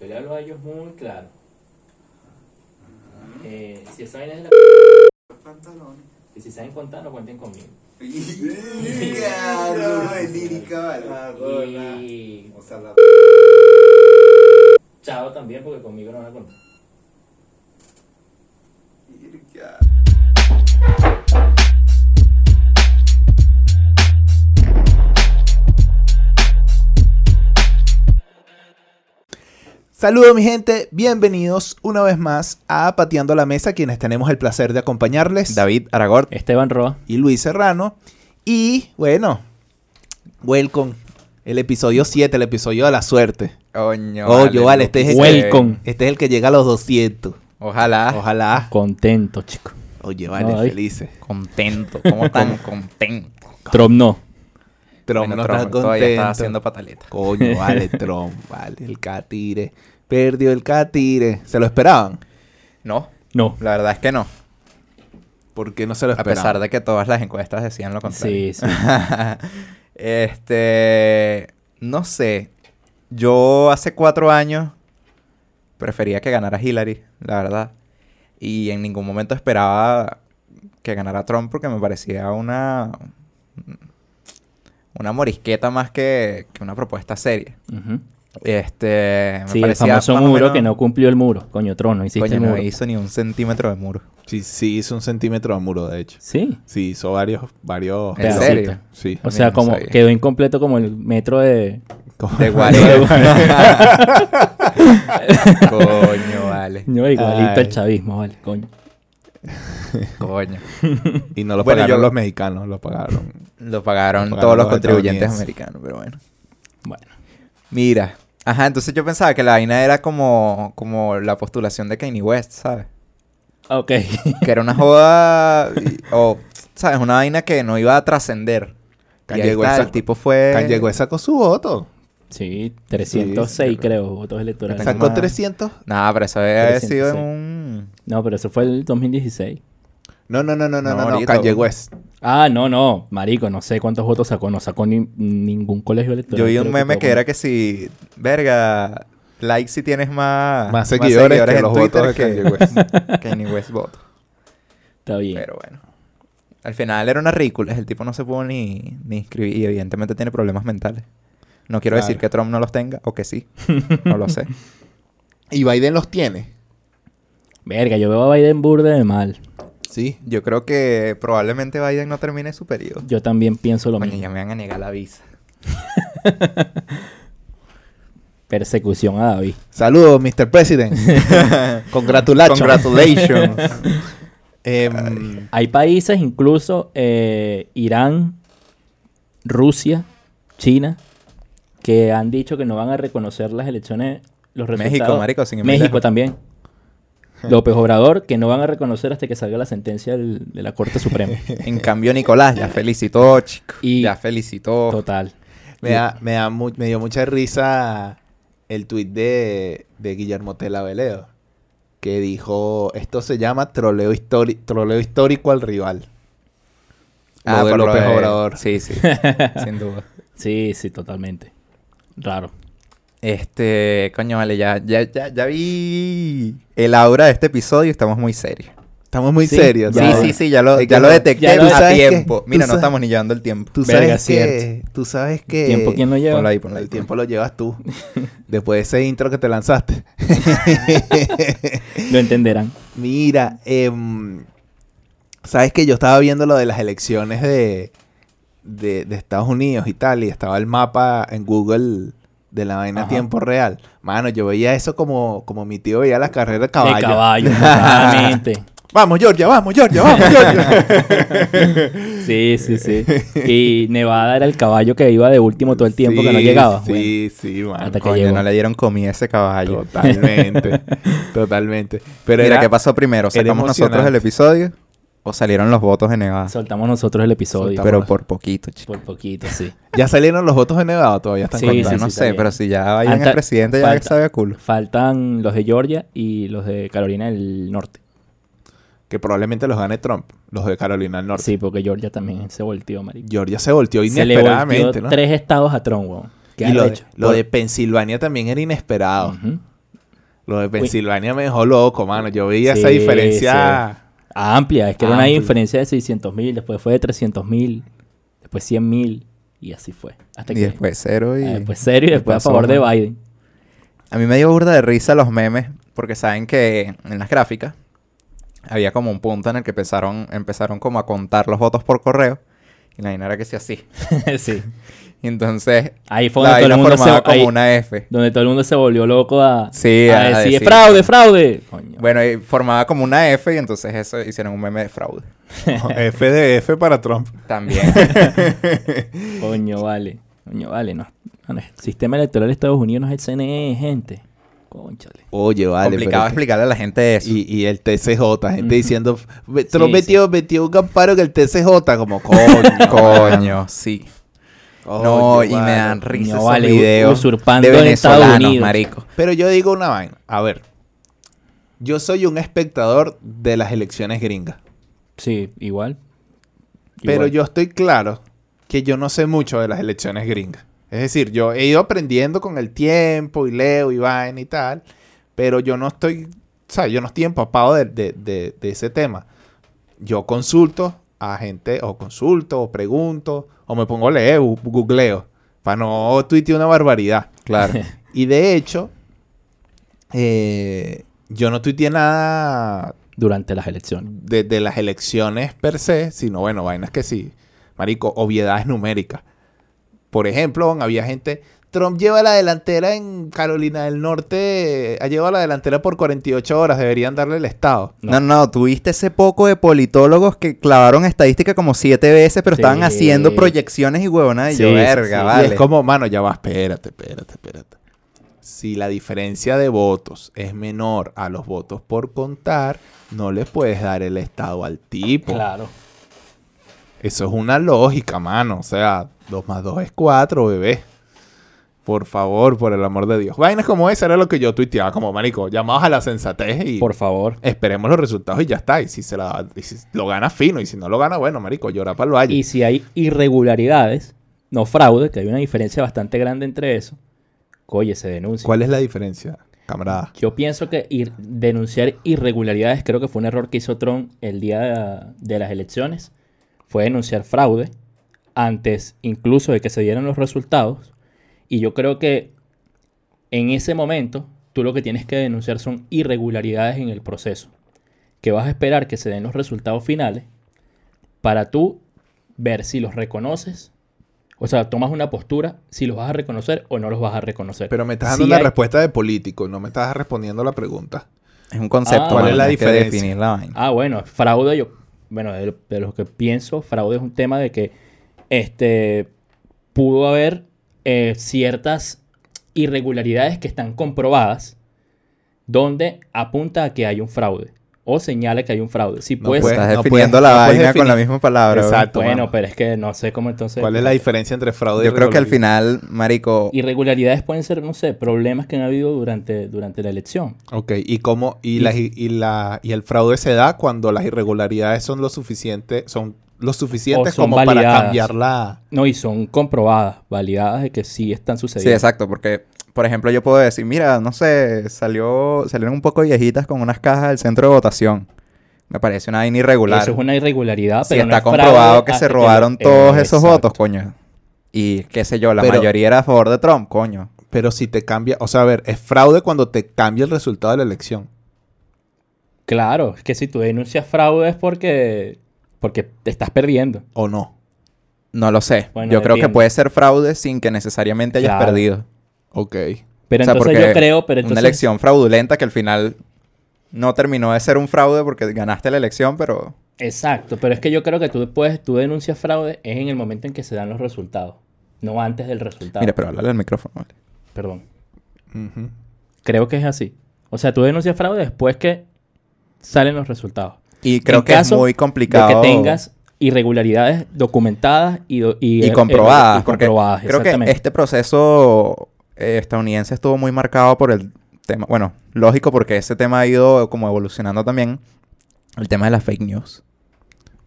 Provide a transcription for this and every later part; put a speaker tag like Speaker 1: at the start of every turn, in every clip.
Speaker 1: Yo le hablo a ellos muy claro. Eh, si esa vaina es de la p
Speaker 2: Los pantalones.
Speaker 1: y si saben contar, no cuenten conmigo.
Speaker 2: Ya, Ah, no, es lírica, vale.
Speaker 1: Y
Speaker 3: O sea, la
Speaker 1: chao también, porque conmigo no van a contar.
Speaker 2: Lírica.
Speaker 4: Saludos mi gente, bienvenidos una vez más a Pateando la Mesa, quienes tenemos el placer de acompañarles,
Speaker 5: David Aragort.
Speaker 1: Esteban Roa.
Speaker 4: y Luis Serrano. Y bueno, welcome, el episodio 7, el episodio de la suerte.
Speaker 5: Coño,
Speaker 4: Oye, vale, este es el que-
Speaker 1: Welcome.
Speaker 4: Este es el que llega a los 200.
Speaker 5: Ojalá.
Speaker 4: Ojalá.
Speaker 1: Contento, chico.
Speaker 4: Oye, vale,
Speaker 1: No, David.
Speaker 4: felices.
Speaker 5: Contento. ¿Cómo están? contento.
Speaker 1: Trump no.
Speaker 4: Trump
Speaker 5: Bueno,
Speaker 4: no
Speaker 5: Trump
Speaker 4: está
Speaker 5: todavía
Speaker 4: contento.
Speaker 5: está haciendo pataleta.
Speaker 4: Coño, vale, Trump, vale, el catire. Perdió el catire. ¿Se lo esperaban?
Speaker 5: No,
Speaker 1: No.
Speaker 5: la verdad es que no.
Speaker 4: ¿Por qué no se lo
Speaker 5: A
Speaker 4: esperaban?
Speaker 5: pesar de que todas las encuestas decían lo
Speaker 1: Sí,
Speaker 5: contrario.
Speaker 1: sí.
Speaker 5: este. No sé. Yo hace cuatro años prefería que ganara Hillary, la verdad. Y en ningún momento esperaba que ganara Trump porque me parecía una. Una morisqueta más que, que una propuesta seria.
Speaker 1: Ujú.
Speaker 5: Este. Me
Speaker 1: Sí, el
Speaker 5: parecía
Speaker 1: famoso
Speaker 5: más o
Speaker 1: muro
Speaker 5: menos-
Speaker 1: que no cumplió el muro. Coño, trono, hiciste
Speaker 5: Coño,
Speaker 1: el
Speaker 5: no
Speaker 1: muro.
Speaker 5: hizo ni un centímetro de muro.
Speaker 4: Sí, sí, hizo un centímetro de muro, de hecho.
Speaker 1: Sí.
Speaker 4: Sí, hizo varios, varios.
Speaker 5: ¿En
Speaker 1: Pedacito.
Speaker 5: serio?
Speaker 4: Sí.
Speaker 1: O sea,
Speaker 5: no
Speaker 1: como
Speaker 5: sabía.
Speaker 1: quedó incompleto como el metro de...
Speaker 5: De
Speaker 1: De
Speaker 5: Guarelo. Coño, vale.
Speaker 1: No, igualito
Speaker 4: Ay.
Speaker 1: el chavismo, vale, coño.
Speaker 5: Coño.
Speaker 4: Y no lo
Speaker 5: Bueno,
Speaker 4: pagaron
Speaker 5: yo-
Speaker 4: los mexicanos, lo pagaron.
Speaker 5: Lo pagaron,
Speaker 4: Lo pagaron
Speaker 5: todos los
Speaker 4: los
Speaker 5: contribuyentes
Speaker 4: estadounidenses.
Speaker 5: americanos, pero bueno.
Speaker 1: Bueno.
Speaker 5: Mira. Ajá, entonces yo pensaba que la vaina era como, como la postulación de Kanye West, ¿sabes?
Speaker 4: Ah,
Speaker 1: Ok.
Speaker 5: Que era una joda. y- o, ¿sabes? Una vaina que no iba a trascender. Y
Speaker 4: Kanye
Speaker 5: ahí está,
Speaker 4: West
Speaker 5: el
Speaker 4: sacó-
Speaker 5: tipo fue.
Speaker 4: Kanye West sacó su voto.
Speaker 1: Sí, 306
Speaker 4: Sí,
Speaker 1: creo, votos electorales.
Speaker 5: Tengo
Speaker 4: Sacó
Speaker 5: más.
Speaker 4: 300.
Speaker 5: Nah, pero eso había
Speaker 1: 306.
Speaker 5: sido en un.
Speaker 1: No, pero eso fue el 2016.
Speaker 4: No, no, no, no, no,
Speaker 5: No,
Speaker 4: no, no,
Speaker 5: ahorita.
Speaker 4: Kanye West.
Speaker 1: Ah, no, no, marico, no sé cuántos votos sacó, no sacó ni- ningún colegio electoral.
Speaker 5: Yo vi un
Speaker 1: creo
Speaker 5: meme
Speaker 1: todo
Speaker 5: que era que si, verga, like si tienes más,
Speaker 4: Más seguidores que los votos de Kanye
Speaker 5: que Kanye West voto.
Speaker 1: Está bien.
Speaker 5: Pero bueno. Al final era una ridícula. El tipo no se pudo ni, ni inscribir y evidentemente tiene problemas mentales. No quiero decir
Speaker 4: Claro.
Speaker 5: que Trump no los tenga o que sí. No lo sé.
Speaker 4: Y Biden los tiene.
Speaker 1: Verga, yo veo a Biden burde de mal.
Speaker 4: Sí.
Speaker 5: Yo creo que probablemente Biden no termine su periodo.
Speaker 1: Yo también pienso lo
Speaker 5: Coño,
Speaker 1: mismo.
Speaker 5: ya me van a negar la visa.
Speaker 1: Persecución a David.
Speaker 4: Saludos, Mr. President. Congratulations.
Speaker 5: Congratulations.
Speaker 4: Em,
Speaker 1: Hay países, incluso eh, Irán, Rusia, China, que han dicho que no van a reconocer las elecciones, los resultados.
Speaker 5: México, marico, sin ir muy
Speaker 1: México
Speaker 5: lejos.
Speaker 1: también. López Obrador, que no van a reconocer hasta que salga la sentencia del- de la Corte Suprema.
Speaker 4: Eh,
Speaker 5: en cambio, Nicolás ya felicitó, chico.
Speaker 1: Y-
Speaker 5: ya felicitó.
Speaker 1: Total.
Speaker 4: me, da- me, da mu- me dio mucha risa el tuit de, de Guillermo Tela Veleo, que dijo, esto se llama troleo, histori- troleo histórico al rival. Lo de
Speaker 5: Ah, por lo
Speaker 4: López
Speaker 5: de-
Speaker 4: Obrador.
Speaker 5: Sí, sí. sin duda.
Speaker 1: Sí, sí, totalmente. Raro.
Speaker 5: Este, coño, vale, ya, ya, ya, ya vi el aura de este episodio y estamos muy serios.
Speaker 4: Estamos muy
Speaker 1: Sí, Ya,
Speaker 4: serios.
Speaker 5: sí,
Speaker 4: ¿sabes?
Speaker 1: bueno.
Speaker 5: sí, sí, ya lo,
Speaker 4: Es
Speaker 5: ya
Speaker 4: que
Speaker 5: lo
Speaker 4: no-
Speaker 5: detecté
Speaker 1: ya lo-
Speaker 4: ¿tú
Speaker 5: a
Speaker 4: sabes
Speaker 5: tiempo.
Speaker 4: que-
Speaker 5: Mira,
Speaker 4: tú
Speaker 5: no
Speaker 4: sabes-
Speaker 5: estamos ni llevando el tiempo.
Speaker 4: Tú
Speaker 1: Verga,
Speaker 4: sabes que... Tú sabes que...
Speaker 1: ¿Tiempo quién lo lleva?
Speaker 5: Eh, Ponlo ahí, ponlo ahí.
Speaker 4: El tiempo lo llevas tú. Después de ese intro que te lanzaste.
Speaker 1: Lo entenderán.
Speaker 4: Mira, em, sabes que yo estaba viendo lo de las elecciones de, de, de Estados Unidos y tal, y estaba el mapa en Google de la vaina a
Speaker 1: Ajá.
Speaker 4: tiempo real. Mano, yo veía eso como, como mi tío veía las carreras de caballo.
Speaker 1: De caballo, totalmente.
Speaker 4: Vamos, Georgia, vamos, Georgia, vamos, Georgia.
Speaker 1: Sí, sí, sí. Y Nevada era el caballo que iba de último todo el tiempo que no
Speaker 4: Sí,
Speaker 1: llegaba. Bueno,
Speaker 4: Sí, sí, mano.
Speaker 1: Hasta que
Speaker 5: Coño,
Speaker 1: llegó.
Speaker 5: no le dieron comida a ese caballo.
Speaker 4: Totalmente, totalmente. Pero
Speaker 5: Mira,
Speaker 4: era,
Speaker 5: ¿qué pasó primero?
Speaker 4: era
Speaker 5: ¿Sacamos nosotros el
Speaker 4: emocionante.
Speaker 5: episodio o salieron los votos de Nevada?
Speaker 1: Soltamos nosotros el episodio.
Speaker 4: Soltamos.
Speaker 5: Ah. Pero
Speaker 4: Vámonos.
Speaker 5: por poquito, chico.
Speaker 1: Por poquito, sí.
Speaker 4: ya salieron los votos de Nevada, todavía están
Speaker 1: Sí,
Speaker 5: Coño,
Speaker 4: contados.
Speaker 5: no
Speaker 1: sí,
Speaker 5: sé,
Speaker 1: también.
Speaker 5: pero si ya vayan
Speaker 1: Falta-
Speaker 5: el presidente, ya
Speaker 1: falta-
Speaker 5: sabe a culo.
Speaker 1: Faltan los de Georgia y los de Carolina del Norte.
Speaker 4: Que probablemente los gane Trump, los de Carolina del Norte.
Speaker 1: Sí, porque Georgia también se volteó, marico.
Speaker 4: Georgia se volteó
Speaker 1: Se le volteó
Speaker 4: inesperadamente, ¿no?
Speaker 1: tres estados a Trump, weón. ¿Qué
Speaker 4: y lo,
Speaker 1: arrecho.
Speaker 4: de, lo
Speaker 1: Por-
Speaker 4: de Pensilvania también era inesperado.
Speaker 1: Ujú.
Speaker 4: Lo de Pensilvania me dejó loco, mano. Yo veía esa
Speaker 1: Sí,
Speaker 4: diferencia.
Speaker 1: Amplia, es que era una
Speaker 4: Amplia.
Speaker 1: diferencia de 600 mil, después fue de 300 mil, después 100 mil, y así fue. Hasta
Speaker 5: Y
Speaker 1: que,
Speaker 5: después cero y...
Speaker 1: ah, después serio y después a
Speaker 5: pasó,
Speaker 1: favor de
Speaker 5: ¿no?
Speaker 1: Biden.
Speaker 5: A mí me dio burda de risa los memes, porque saben que en las gráficas había como un punto en el que empezaron, empezaron como a contar los votos por correo. Y la vaina era que sea así.
Speaker 1: sí.
Speaker 5: Y entonces
Speaker 1: Ahí fue
Speaker 5: la
Speaker 1: donde todo,
Speaker 5: vaina
Speaker 1: el mundo se,
Speaker 5: formaba como
Speaker 1: ahí-
Speaker 5: una F.
Speaker 1: donde todo el mundo se volvió loco a,
Speaker 5: Sí,
Speaker 1: a
Speaker 5: a
Speaker 1: decir,
Speaker 5: decir,
Speaker 1: fraude,
Speaker 5: coño".
Speaker 1: fraude. Coño.
Speaker 5: Bueno, y formaba como una F y entonces eso hicieron un meme de fraude.
Speaker 4: F de F para Trump.
Speaker 5: También.
Speaker 1: Coño, vale. Coño, vale. No. No, no, El sistema electoral de Estados Unidos no es el CNE, gente. Conchale.
Speaker 4: Oye, vale.
Speaker 5: Complicado
Speaker 4: pero-
Speaker 5: explicarle a la gente eso.
Speaker 4: Y, y el TCJ, gente
Speaker 1: Ujú.
Speaker 4: diciendo, "Ve- Trump
Speaker 1: Sí,
Speaker 4: metió, metió un amparo que el TCJ, como coño.
Speaker 5: Coño, sí.
Speaker 4: Oh,
Speaker 5: no, y me dan
Speaker 4: risa.
Speaker 5: risa
Speaker 1: No
Speaker 5: esos
Speaker 1: vale,
Speaker 5: videos
Speaker 1: usurpando
Speaker 5: de
Speaker 1: en
Speaker 5: venezolanos,
Speaker 1: Estados Unidos.
Speaker 5: marico.
Speaker 4: Pero yo digo una vaina. A ver. Yo soy un espectador de las elecciones gringas.
Speaker 1: Sí, igual.
Speaker 4: Pero
Speaker 1: Igual.
Speaker 4: yo estoy claro que yo no sé mucho de las elecciones gringas. Es decir, yo he ido aprendiendo con el tiempo y leo y vaina y tal, pero yo no estoy, o sea, yo no estoy empapado de, de- de- de ese tema. Yo consulto a gente, o consulto, o pregunto, o me pongo a leer, bu- googleo, para no tuitear una barbaridad.
Speaker 5: Claro.
Speaker 4: Y de hecho, eh, yo no tuiteé nada
Speaker 1: Durante las elecciones.
Speaker 4: de, de las elecciones per se, sino bueno, vainas que sí. Marico, obviedades numéricas. Por ejemplo, bon, había gente. Trump lleva la delantera en Carolina del Norte, eh, ha llevado la delantera por 48 horas, deberían darle el Estado.
Speaker 5: No, no, tuviste ese poco de politólogos que clavaron estadística como siete veces, pero estaban
Speaker 1: Sí.
Speaker 5: haciendo proyecciones y huevonadas. Y
Speaker 1: Sí,
Speaker 5: yo,
Speaker 1: sí,
Speaker 5: verga,
Speaker 1: sí. Y
Speaker 5: vale.
Speaker 4: Y es como, mano, ya va, espérate, espérate, espérate. Si la diferencia de votos es menor a los votos por contar, no le puedes dar el Estado al tipo.
Speaker 1: Claro.
Speaker 4: Eso es una lógica, mano. O sea, 2 más 2 es 4, bebé. Por favor, por el amor de Dios. Vainas como esa era lo que yo tuiteaba, como marico, llamados a la sensatez y
Speaker 1: Por favor.
Speaker 4: esperemos los resultados y ya está. Y si se la y si lo gana fino, y si no lo gana, bueno, marico, llora para el valle.
Speaker 1: Y si hay irregularidades, no fraude, que hay una diferencia bastante grande entre eso, oye, se denuncia.
Speaker 4: ¿Cuál es la diferencia, camarada?
Speaker 1: Yo pienso que ir- denunciar irregularidades, creo que fue un error que hizo Trump el día de, de las elecciones, fue denunciar fraude antes incluso de que se dieran los resultados. Y yo creo que en ese momento tú lo que tienes que denunciar son irregularidades en el proceso, que vas a esperar que se den los resultados finales para tú ver si los reconoces. O sea, tomas una postura si los vas a reconocer o no los vas a reconocer.
Speaker 4: Pero me estás
Speaker 1: Si
Speaker 4: dando una
Speaker 1: hay-
Speaker 4: respuesta de político, no me estás respondiendo la pregunta.
Speaker 5: Es un concepto.
Speaker 1: Ah. ¿Cuál
Speaker 5: mano,
Speaker 4: es la
Speaker 5: hay que
Speaker 4: diferencia?
Speaker 5: definir la vaina.
Speaker 1: Ah, bueno, fraude, yo, bueno, de lo, de lo que pienso, fraude es un tema de que este pudo haber eh, ciertas irregularidades que están comprobadas donde apunta a que hay un fraude o señala que hay un fraude. Si
Speaker 4: No
Speaker 1: puedes,
Speaker 4: puede-
Speaker 5: Estás
Speaker 4: no
Speaker 5: definiendo
Speaker 4: puedes-
Speaker 5: la
Speaker 4: no puedes
Speaker 5: vaina con la
Speaker 4: definir.
Speaker 5: misma palabra. bro.
Speaker 4: Exacto.
Speaker 1: bueno,
Speaker 4: mano.
Speaker 1: pero es que no sé cómo entonces.
Speaker 4: ¿Cuál es la diferencia entre fraude
Speaker 5: Yo
Speaker 4: y
Speaker 5: creo que al
Speaker 4: irregularidad?
Speaker 5: final, marico,
Speaker 1: Irregularidades pueden ser, no sé, problemas que han habido durante, durante la elección.
Speaker 4: Ok, ¿y cómo? Y, las- y la, y el fraude se da cuando las irregularidades son lo suficiente, son lo suficientes
Speaker 1: son
Speaker 4: como para
Speaker 1: validadas.
Speaker 4: cambiar la.
Speaker 1: No, y son comprobadas, validadas de que sí están
Speaker 5: Sí,
Speaker 1: sucediendo.
Speaker 5: exacto, porque, por ejemplo, yo puedo decir, mira, no sé, salió, salieron un poco viejitas con unas cajas del centro de votación. Me parece una vaina irregular.
Speaker 1: Eso es una irregularidad,
Speaker 5: si
Speaker 1: pero no
Speaker 5: está
Speaker 1: es fraude
Speaker 5: comprobado que se
Speaker 1: hasta lo-
Speaker 5: robaron todos
Speaker 1: Eh,
Speaker 5: esos
Speaker 1: exacto.
Speaker 5: votos, coño. Y qué sé yo, la
Speaker 4: Pero-
Speaker 5: mayoría era a favor de Trump, coño.
Speaker 4: Pero si te cambia, o sea, a ver, es fraude cuando te cambia el resultado de la elección.
Speaker 1: Claro, es que si tú denuncias fraude es porque, porque te estás perdiendo.
Speaker 4: ¿O no?
Speaker 5: No lo sé.
Speaker 1: Bueno,
Speaker 5: yo creo
Speaker 1: depende.
Speaker 5: que puede ser fraude sin que necesariamente hayas
Speaker 1: Claro.
Speaker 5: perdido.
Speaker 4: Ok.
Speaker 1: Pero
Speaker 5: O sea,
Speaker 1: entonces
Speaker 5: porque
Speaker 1: yo creo, pero entonces...
Speaker 5: Una elección fraudulenta que al final no terminó de ser un fraude porque ganaste la elección, pero...
Speaker 1: Exacto, pero es que yo creo que tú puedes, tú denuncias fraude es en el momento en que se dan los resultados, no antes del resultado.
Speaker 5: Mira, pero háblale al micrófono. vale.
Speaker 1: Perdón.
Speaker 4: Ujú.
Speaker 1: Creo que es así. O sea, tú denuncias fraude después que salen los resultados.
Speaker 5: Y creo
Speaker 1: En
Speaker 5: que es
Speaker 1: caso
Speaker 5: muy complicado.
Speaker 1: De que tengas irregularidades documentadas y, do- y,
Speaker 5: y
Speaker 1: eh,
Speaker 5: comprobadas.
Speaker 1: y
Speaker 5: porque
Speaker 1: comprobadas,
Speaker 5: creo que
Speaker 1: exactamente.
Speaker 5: este proceso eh, estadounidense estuvo muy marcado por el tema. Bueno, lógico, porque ese tema ha ido como evolucionando también. El tema de las fake news.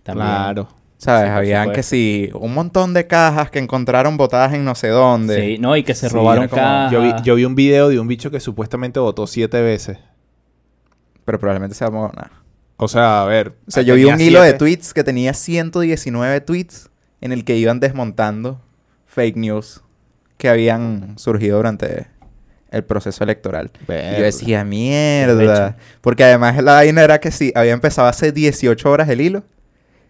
Speaker 1: También.
Speaker 4: Claro.
Speaker 5: ¿Sabes?
Speaker 1: Sí, por
Speaker 5: Habían
Speaker 1: supuesto.
Speaker 5: que sí, un montón de cajas que encontraron botadas en no sé dónde.
Speaker 1: Sí, no, y que se
Speaker 5: Sí,
Speaker 1: robaron
Speaker 5: era como-
Speaker 1: cajas.
Speaker 4: Yo vi, yo vi un video de un bicho que supuestamente votó siete veces.
Speaker 5: Pero probablemente se llamó nada.
Speaker 4: O sea, a ver.
Speaker 5: O sea, yo vi
Speaker 4: Ah, tenía
Speaker 5: un hilo de
Speaker 4: siete.
Speaker 5: tweets que tenía 119 tweets en el que iban desmontando fake news que habían surgido durante el proceso electoral. Y yo
Speaker 4: Verga.
Speaker 5: decía,
Speaker 1: Arrecho.
Speaker 5: mierda. Porque además la vaina era que sí, había empezado hace 18 horas el hilo.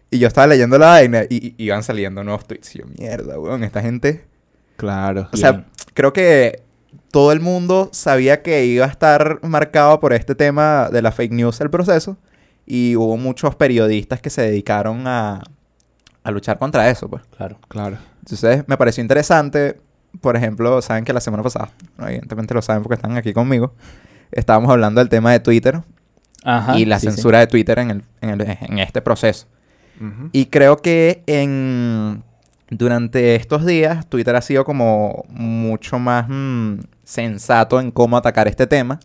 Speaker 5: Y yo estaba leyendo la vaina y, y- iban saliendo nuevos tweets. Y yo, mierda, weón, esta gente.
Speaker 4: Claro.
Speaker 5: O sea,
Speaker 1: Bien.
Speaker 5: creo que todo el mundo sabía que iba a estar marcado por este tema de la fake news el proceso. Y hubo muchos periodistas que se dedicaron a, a luchar contra eso, pues.
Speaker 1: Claro.
Speaker 4: Claro.
Speaker 5: Entonces, me pareció interesante. Por ejemplo, saben que la semana pasada, bueno, evidentemente lo saben porque están aquí conmigo, estábamos hablando del tema de Twitter
Speaker 1: Ajá,
Speaker 5: y la
Speaker 1: sí, sí.
Speaker 5: censura de Twitter en, el- en el- en este proceso.
Speaker 4: Ujú.
Speaker 5: Y creo que en durante estos días Twitter ha sido como mucho más mm, sensato en cómo atacar este tema.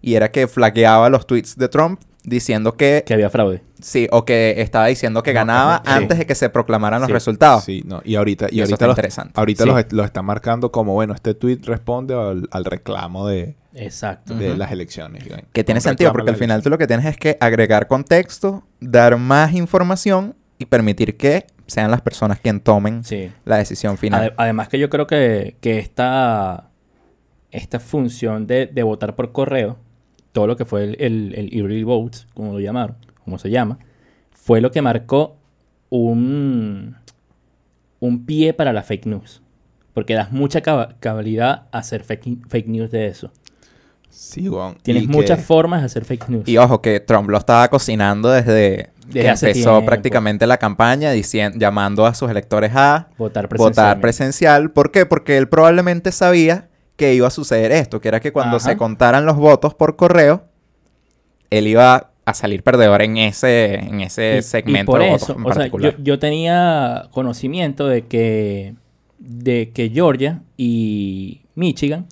Speaker 5: Y era que flaqueaba los tweets de Trump diciendo que,
Speaker 1: Que había fraude.
Speaker 5: sí, o que estaba diciendo que
Speaker 4: No,
Speaker 5: ganaba
Speaker 4: ajá, sí.
Speaker 5: antes de que se proclamaran los
Speaker 1: Sí,
Speaker 5: resultados.
Speaker 4: Sí, no. Y ahorita, y
Speaker 5: Eso está
Speaker 4: ahorita, los,
Speaker 5: interesante.
Speaker 4: ahorita
Speaker 1: Sí.
Speaker 4: los, est- los están marcando como, bueno, este tweet responde al, al reclamo de,
Speaker 1: Exacto.
Speaker 4: de
Speaker 5: Ujú.
Speaker 4: las elecciones. y bueno,
Speaker 5: Que tiene
Speaker 4: un
Speaker 5: sentido,
Speaker 4: reclamo
Speaker 5: porque
Speaker 4: a
Speaker 5: al
Speaker 4: la
Speaker 5: final tú lo que tienes es que agregar contexto, dar más información y permitir que sean las personas quien tomen
Speaker 1: Sí.
Speaker 5: la decisión final.
Speaker 1: Ade- además que yo creo que, que esta, esta función de, de votar por correo, todo lo que fue el, el, el e-read vote, como lo llamaron, como se llama, fue lo que marcó un, un pie para la fake news. Porque das mucha caba- cabalidad a hacer fake, fake news de eso.
Speaker 4: elección. Sí, weón.
Speaker 1: Tienes
Speaker 4: Y
Speaker 1: muchas
Speaker 4: que-
Speaker 1: formas de hacer fake news.
Speaker 5: Y ojo, que Trump lo estaba cocinando desde,
Speaker 1: Desde
Speaker 5: que
Speaker 1: hace
Speaker 5: empezó
Speaker 1: tiempo.
Speaker 5: prácticamente la campaña, diciendo, llamando a sus electores a
Speaker 1: votar
Speaker 5: votar
Speaker 1: presencialmente.
Speaker 5: presencial. ¿Por qué? Porque él probablemente sabía que iba a suceder esto, que era que cuando
Speaker 1: Ajá.
Speaker 5: se contaran los votos por correo, él iba a salir perdedor en ese, en
Speaker 1: Y-
Speaker 5: ese
Speaker 1: y
Speaker 5: segmento
Speaker 1: por
Speaker 5: de
Speaker 1: eso,
Speaker 5: votos en
Speaker 1: o sea,
Speaker 5: particular.
Speaker 1: yo, yo tenía conocimiento de que, de que Georgia y Michigan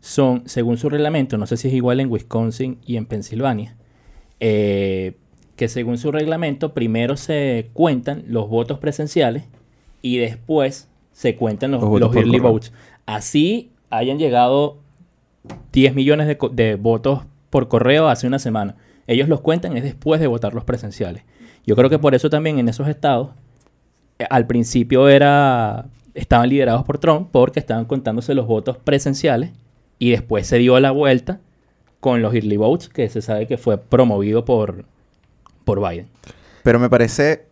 Speaker 1: son, según su reglamento, no sé si es igual en Wisconsin y en Pensilvania, eh, que según su reglamento primero se cuentan los votos presenciales y después se cuentan los,
Speaker 4: Los votos
Speaker 1: los
Speaker 4: por
Speaker 1: early
Speaker 4: correo.
Speaker 1: votes. Así hayan llegado 10 millones de, co- de votos por correo hace una semana. Ellos los cuentan es después de votar los presenciales. Yo creo que por eso también en esos estados eh, al principio era estaban liderados por Trump porque estaban contándose los votos presenciales y después se dio la vuelta con los early votes que se sabe que fue promovido por por Biden.
Speaker 5: Pero me parece.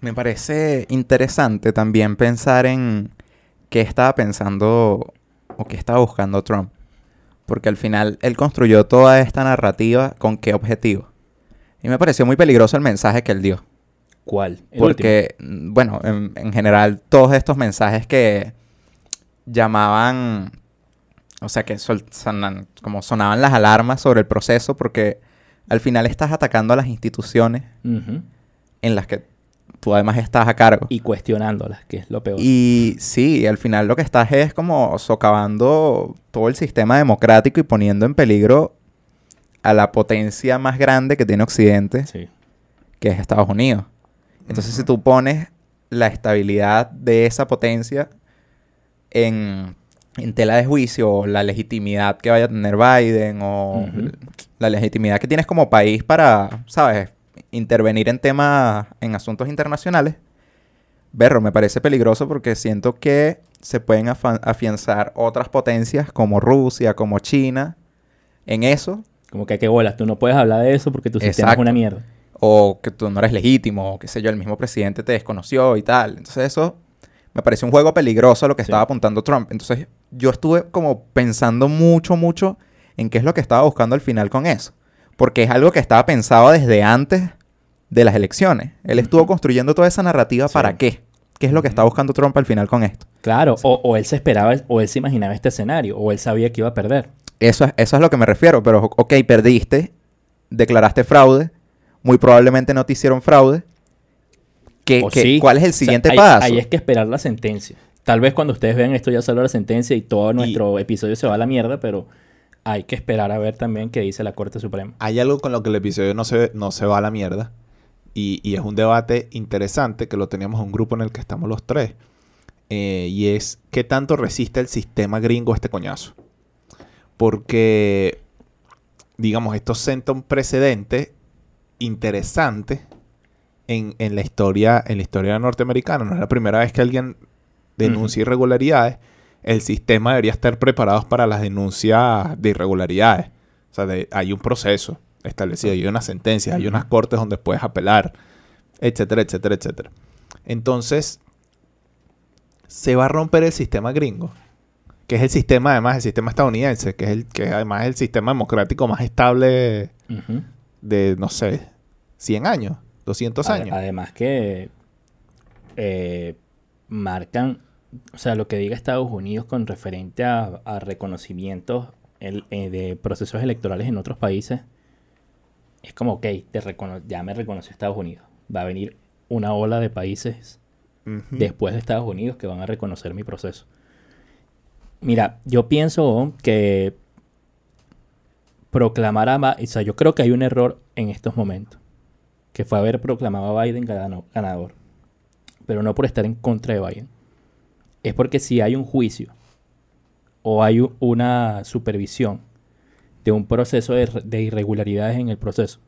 Speaker 5: Me parece interesante también pensar en qué estaba pensando o qué estaba buscando Trump. Porque al final él construyó toda esta narrativa con qué objetivo. Y me pareció muy peligroso el mensaje que él dio.
Speaker 1: ¿Cuál? El
Speaker 5: Porque, mm, bueno, en, en general, todos estos mensajes que llamaban, o sea, que sol- sonan- como sonaban las alarmas sobre el proceso, porque al final estás atacando a las instituciones
Speaker 1: último. Ujú.
Speaker 5: en las que tú además estás a cargo. Y,
Speaker 1: Y cuestionándolas, que es lo peor.
Speaker 5: sí, al final lo que estás es como socavando todo el sistema democrático y poniendo en peligro a la potencia más grande que tiene Occidente,
Speaker 1: Sí.
Speaker 5: que es Estados Unidos. Entonces, si tú pones la estabilidad de esa potencia en, en tela de juicio, o la legitimidad que vaya a tener Biden, o
Speaker 1: Ujú.
Speaker 5: la legitimidad que tienes como país para, ¿sabes?, intervenir en temas, en asuntos internacionales. Berro, me parece peligroso porque siento que se pueden afa- afianzar otras potencias como Rusia, como China, en eso,
Speaker 1: Como que qué bolas, tú no puedes hablar de eso porque tu sistema es
Speaker 5: Exacto.
Speaker 1: una mierda.
Speaker 5: o que tú no eres legítimo, o qué sé yo, el mismo presidente te desconoció y tal. Entonces eso me parece un juego peligroso a lo que
Speaker 1: Sí.
Speaker 5: estaba apuntando Trump. Entonces yo estuve como pensando mucho, mucho en qué es lo que estaba buscando al final con eso. Porque es algo que estaba pensado desde antes de las elecciones. Él estuvo construyendo toda esa narrativa
Speaker 1: Sí.
Speaker 5: para qué. ¿Qué es lo que está buscando Trump al final con esto?
Speaker 1: Claro, o, o él se esperaba, o él se imaginaba este escenario, o él sabía que iba a perder.
Speaker 5: Eso es, eso es lo que me refiero, pero ok, perdiste, declaraste fraude, muy probablemente no te hicieron fraude. ¿Qué,
Speaker 1: O
Speaker 5: Eh, qué-
Speaker 1: sí.
Speaker 5: ¿Cuál es
Speaker 1: O
Speaker 5: el
Speaker 1: sea,
Speaker 5: siguiente
Speaker 1: ahí-
Speaker 5: paso?
Speaker 1: Ahí es que esperar la sentencia. Tal vez cuando ustedes vean esto ya salió la sentencia y todo nuestro episodio se va a la mierda, pero hay que esperar a ver también qué dice la Corte Suprema.
Speaker 4: Hay algo con lo que el episodio no se, no se va a la mierda. y, y es un debate interesante que lo teníamos en un grupo en el que estamos los tres. eh, y es qué tanto resiste el sistema gringo este coñazo. Porque, digamos, esto senta un precedente interesante en, en la historia, en la historia norteamericana. No es la primera vez que alguien denuncia irregularidades. El sistema debería estar preparado para las denuncias de irregularidades. O sea, de- hay un proceso establecido, hay unas sentencias, hay unas cortes donde puedes apelar, etcétera, etcétera, etcétera. Entonces, se va a romper el sistema gringo, que es el sistema, además, el sistema estadounidense, que es el que además es el sistema democrático más estable
Speaker 1: Ujú.
Speaker 4: de, no sé, 100 años, 200
Speaker 1: Ade-
Speaker 4: años.
Speaker 1: Además que eh, marcan, o sea, lo que diga Estados Unidos con referente a, a reconocimientos el- eh, de procesos electorales en otros países, es como, ok, te recono- ya me reconoció Estados Unidos. Va a venir una ola de países
Speaker 4: Ujú.
Speaker 1: después de Estados Unidos que van a reconocer mi proceso. Mira, yo pienso oh, que proclamar a Biden, o sea, yo creo que hay un error en estos momentos, que fue haber proclamado a Biden gadano- ganador, pero no por estar en contra de Biden. Es porque si hay un juicio o hay u- una supervisión de un proceso de, re- de irregularidades en el proceso,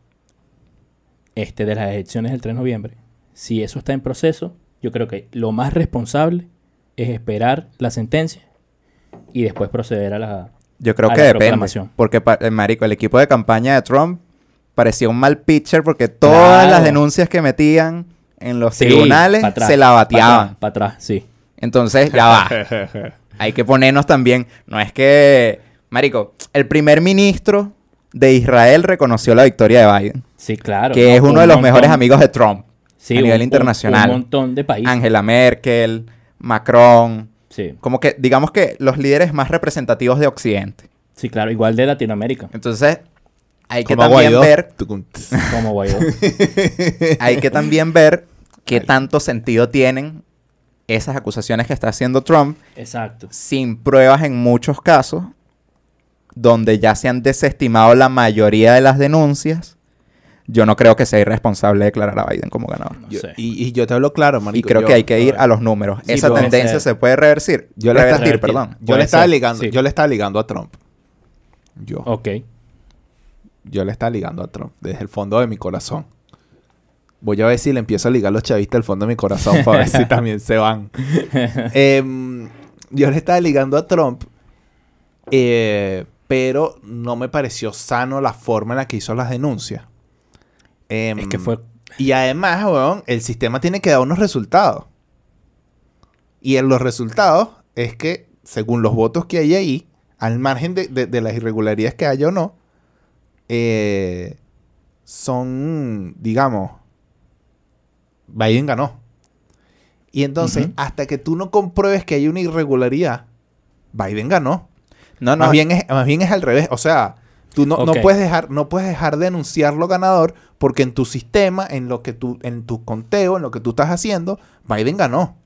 Speaker 1: este de las elecciones del 3 de noviembre, si eso está en proceso, yo creo que lo más responsable es esperar la sentencia y después proceder a la...
Speaker 5: Yo creo
Speaker 1: a
Speaker 5: que
Speaker 1: la
Speaker 5: depende.
Speaker 1: proclamación.
Speaker 5: Porque, pa- eh, marico, el equipo de campaña de Trump parecía un mal pitcher porque todas
Speaker 1: Claro.
Speaker 5: las denuncias que metían en los
Speaker 1: Sí,
Speaker 5: tribunales
Speaker 1: pa' atrás,
Speaker 5: se la
Speaker 1: pa'
Speaker 5: bateaban.
Speaker 1: atrás, Para atrás, sí.
Speaker 5: Entonces, ya va. Hay que ponernos también. No es que. Marico, el primer ministro de Israel reconoció la victoria de Biden,
Speaker 1: Sí, claro.
Speaker 5: que
Speaker 1: ¿no?
Speaker 5: es uno
Speaker 1: Un
Speaker 5: de los
Speaker 1: montón-
Speaker 5: mejores amigos de Trump
Speaker 1: sí,
Speaker 5: a
Speaker 1: un-
Speaker 5: nivel
Speaker 1: un-
Speaker 5: internacional.
Speaker 1: Un, montón de países.
Speaker 5: Angela Merkel, Macron.
Speaker 1: Sí,
Speaker 5: Como que, digamos que los líderes más representativos de Occidente.
Speaker 1: sí, claro. Igual de Latinoamérica,
Speaker 5: Entonces, hay que
Speaker 4: Como
Speaker 5: también
Speaker 4: Guaidó.
Speaker 5: ver.
Speaker 4: Tucum, tss.
Speaker 1: como Guaidó.
Speaker 5: Hay que también ver qué tanto sentido tienen esas acusaciones que está haciendo Trump
Speaker 1: Exacto.
Speaker 5: sin pruebas en muchos casos, donde ya se han desestimado la mayoría de las denuncias, yo no creo que sea irresponsable declarar a Biden como ganador.
Speaker 1: No
Speaker 4: Yo-
Speaker 1: sé.
Speaker 4: y, y yo te hablo claro,
Speaker 5: y
Speaker 4: marico.
Speaker 5: creo
Speaker 4: yo-
Speaker 5: que hay que ir
Speaker 4: yo-
Speaker 5: a los números.
Speaker 1: Sí,
Speaker 5: Esa
Speaker 1: puede
Speaker 5: tendencia
Speaker 1: ser.
Speaker 5: se puede revertir.
Speaker 4: Yo la
Speaker 5: revertir,
Speaker 1: estaba-
Speaker 5: perdón.
Speaker 4: Yo le
Speaker 1: Puede
Speaker 4: estaba
Speaker 1: ser,
Speaker 4: ligando,
Speaker 1: sí.
Speaker 4: yo le estaba ligando a Trump. Yo.
Speaker 1: Ok.
Speaker 4: Yo le estaba ligando a Trump desde el fondo de mi corazón. Voy a ver si le empiezo a ligar a los chavistas al fondo de mi corazón para ver si también se van. Em, yo le estaba ligando a Trump, eh, pero no me pareció sano la forma en la que hizo las denuncias. Em,
Speaker 1: Es que fue...
Speaker 4: Y además, weón, el sistema tiene que dar unos resultados. Y en los resultados es que, según los votos que hay ahí, al margen de, de- de las irregularidades que haya o no, eh, son, digamos, Biden ganó. Y entonces,
Speaker 1: Ujú.
Speaker 4: hasta que tú no compruebes que hay una irregularidad, Biden ganó.
Speaker 5: No,
Speaker 4: Más
Speaker 5: no.
Speaker 4: bien es, más bien es al revés. O sea, tú no, no
Speaker 1: Ok.
Speaker 4: puedes dejar, no puedes dejar de anunciarlo ganador porque en tu sistema, en lo que tú, en tu conteo, en lo que tú estás haciendo, Biden ganó.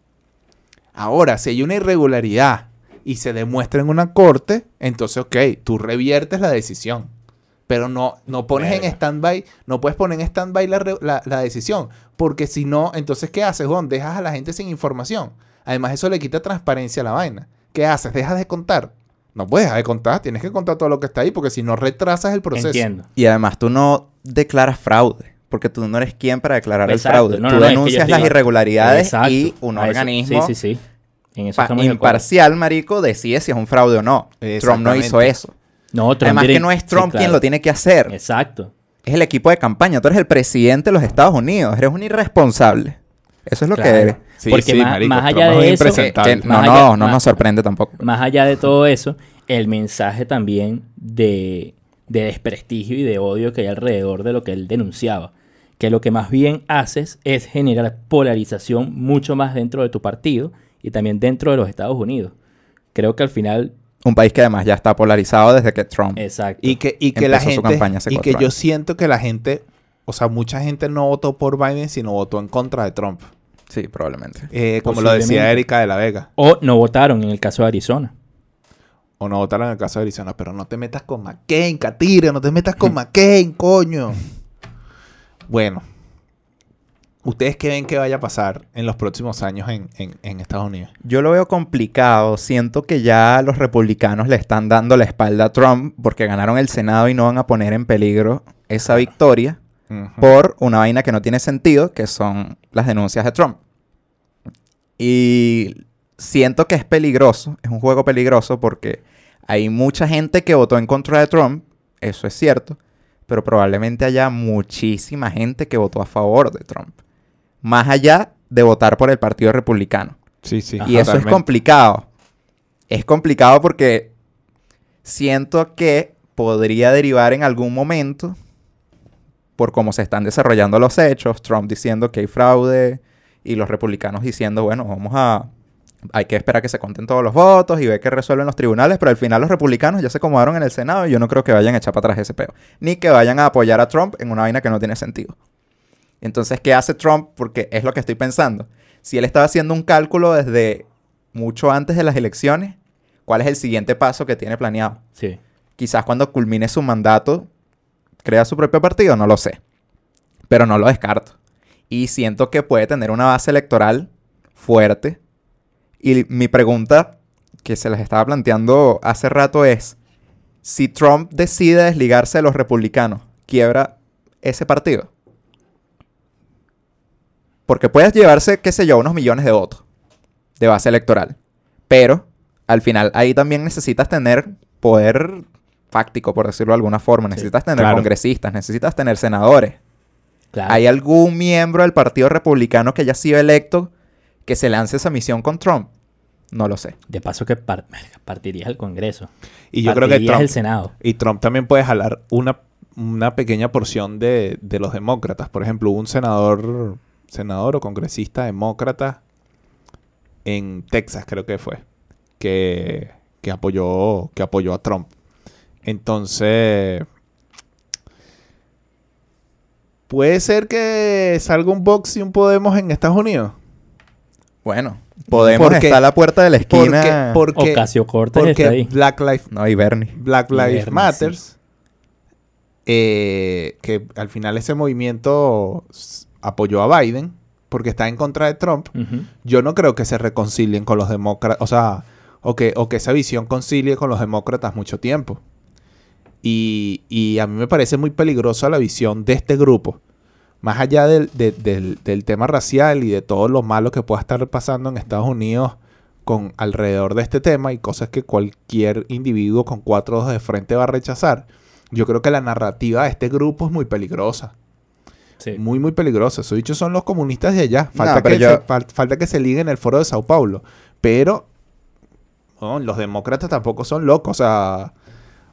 Speaker 4: Ahora, si hay una irregularidad y se demuestra en una corte, entonces, ok, tú reviertes la decisión. Pero no, no pones en
Speaker 1: Verga.
Speaker 4: stand-by, no puedes poner en stand-by la, re- la- la decisión. Porque si no, entonces, ¿qué haces, Juan? Dejas a la gente sin información. Además, eso le quita transparencia a la vaina. ¿Qué haces? ¿Dejas de contar? No puedes dejar de contar, tienes que contar todo lo que está ahí, porque si no retrasas el proceso.
Speaker 1: Entiendo.
Speaker 5: Y además tú no declaras fraude, porque tú no eres quien para declarar
Speaker 1: Exacto.
Speaker 5: el fraude.
Speaker 1: No,
Speaker 5: tú
Speaker 1: no, no, es que yo
Speaker 5: denuncias
Speaker 1: estoy-
Speaker 5: las irregularidades
Speaker 1: Exacto.
Speaker 5: y un
Speaker 1: A eso-
Speaker 5: organismo
Speaker 1: Sí, sí, sí. En eso
Speaker 5: pa-
Speaker 1: estamos de acuerdo.
Speaker 5: imparcial, marico, decide si es un fraude o no. Trump no hizo
Speaker 4: Exactamente.
Speaker 5: eso.
Speaker 1: No, Trump
Speaker 5: Además que
Speaker 1: direct-
Speaker 5: no es
Speaker 1: sí,
Speaker 5: Trump
Speaker 1: claro.
Speaker 5: quien lo tiene que hacer.
Speaker 1: Exacto.
Speaker 5: Es el equipo de campaña. Tú eres el presidente de los Estados Unidos. Eres un irresponsable. Eso es lo
Speaker 1: Claro.
Speaker 5: que eres.
Speaker 4: Sí,
Speaker 1: Porque
Speaker 4: sí,
Speaker 1: más-
Speaker 4: marico,
Speaker 1: más
Speaker 4: Trump
Speaker 1: allá
Speaker 4: es
Speaker 1: de eso-
Speaker 4: un
Speaker 1: eh,
Speaker 5: Que-
Speaker 4: impresentable.
Speaker 5: que no,
Speaker 1: Más allá-
Speaker 5: no, no
Speaker 1: más-
Speaker 5: nos sorprende tampoco.
Speaker 1: Más allá de todo eso, el mensaje también de, de desprestigio y de odio que hay alrededor de lo que él denunciaba. Que lo que más bien haces es generar polarización mucho más dentro de tu partido y también dentro de los Estados Unidos. Creo que al final,
Speaker 5: Un país que además ya está polarizado desde que Trump.
Speaker 1: exacto.
Speaker 4: Y que, y que la
Speaker 5: Empezó su
Speaker 4: gente.
Speaker 5: campaña hace
Speaker 4: y
Speaker 5: cuatro
Speaker 4: que yo
Speaker 5: años.
Speaker 4: siento que la gente. O sea, mucha gente no votó por Biden, sino votó en contra de Trump.
Speaker 5: Sí, probablemente.
Speaker 4: Eh, como lo decía
Speaker 1: Posiblemente.
Speaker 4: Erika de la Vega.
Speaker 1: O no votaron en el caso de Arizona.
Speaker 4: O no votaron en el caso de Arizona. Pero no te metas con McCain, Catire. No te metas con McCain, coño. Bueno. ¿Ustedes qué ven que vaya a pasar en los próximos años en, en- en Estados Unidos?
Speaker 5: Yo lo veo complicado. Siento que ya los republicanos le están dando la espalda a Trump porque ganaron el Senado y no van a poner en peligro esa victoria por una vaina que no tiene sentido, que son las denuncias de Trump. Y siento que es peligroso, es un juego peligroso porque hay mucha gente que votó en contra de Trump, eso es cierto, pero probablemente haya muchísima gente que votó a favor de Trump, más allá de votar por el Partido Republicano.
Speaker 4: Sí, sí.
Speaker 5: Y eso es complicado. Es complicado porque siento que podría derivar en algún momento por cómo se están desarrollando los hechos, Trump diciendo que hay fraude y los republicanos diciendo, bueno, vamos a... Hay que esperar que se conten todos los votos y ver qué resuelven los tribunales, pero al final los republicanos ya se acomodaron en el Senado y yo no creo que vayan a echar para atrás ese peo. Ni que vayan a apoyar a Trump en una vaina que no tiene sentido. Entonces, ¿qué hace Trump? Porque es lo que estoy pensando. Si él estaba haciendo un cálculo desde mucho antes de las elecciones, ¿cuál es el siguiente paso que tiene planeado?
Speaker 1: Sí.
Speaker 5: Quizás cuando culmine su mandato, crea su propio partido, no lo sé. Pero no lo descarto. Y siento que puede tener una base electoral fuerte. Y mi pregunta que se las estaba planteando hace rato es, si Trump decide desligarse de los republicanos, ¿quiebra ese partido? Porque puedes llevarse, qué sé yo, unos millones de votos de base electoral. Pero al final ahí también necesitas tener poder fáctico, por decirlo de alguna forma. Necesitas tener
Speaker 4: claro.
Speaker 5: congresistas, necesitas tener senadores.
Speaker 1: Claro.
Speaker 5: ¿Hay algún miembro del Partido Republicano que haya sido electo que se lance esa misión con Trump? No lo sé.
Speaker 1: De paso que par- merga, partirías el Congreso.
Speaker 4: Y yo creo que
Speaker 1: Partirías
Speaker 4: Trump,
Speaker 1: el Senado.
Speaker 4: y Trump también puede jalar una, una pequeña porción de, de los demócratas. Por ejemplo, hubo un senador, senador o congresista demócrata en Texas, creo que fue, que, que apoyó, que apoyó a Trump. Entonces, puede ser que salga un Vox y un Podemos en Estados Unidos.
Speaker 5: Bueno, podemos
Speaker 4: Porque-
Speaker 5: estar a la puerta de la esquina.
Speaker 4: Porque, porque,
Speaker 1: Ocasio Cortez
Speaker 4: porque
Speaker 1: está ahí.
Speaker 4: Black Lives
Speaker 5: No, y Bernie.
Speaker 4: Black
Speaker 1: Viernes,
Speaker 4: Lives
Speaker 1: sí.
Speaker 4: Matter, eh, que al final ese movimiento s- apoyó a Biden porque está en contra de Trump,
Speaker 1: Ujú.
Speaker 4: yo no creo que se reconcilien con los demócratas, o sea, o que, o que esa visión concilie con los demócratas mucho tiempo. Y, y a mí me parece muy peligrosa la visión de este grupo. Más allá del, de- del- del tema racial y de todo lo malo que pueda estar pasando en Estados Unidos con alrededor de este tema y cosas que cualquier individuo con cuatro ojos de frente va a rechazar, yo creo que la narrativa de este grupo es muy peligrosa.
Speaker 1: Sí.
Speaker 4: Muy, muy peligroso. Esos dichos son los comunistas de allá.
Speaker 5: No,
Speaker 4: Falta,
Speaker 5: pero
Speaker 4: que,
Speaker 5: yo-
Speaker 4: se, fal- falta que se liguen el foro de Sao Paulo. Pero bueno, los demócratas tampoco son locos. O sea,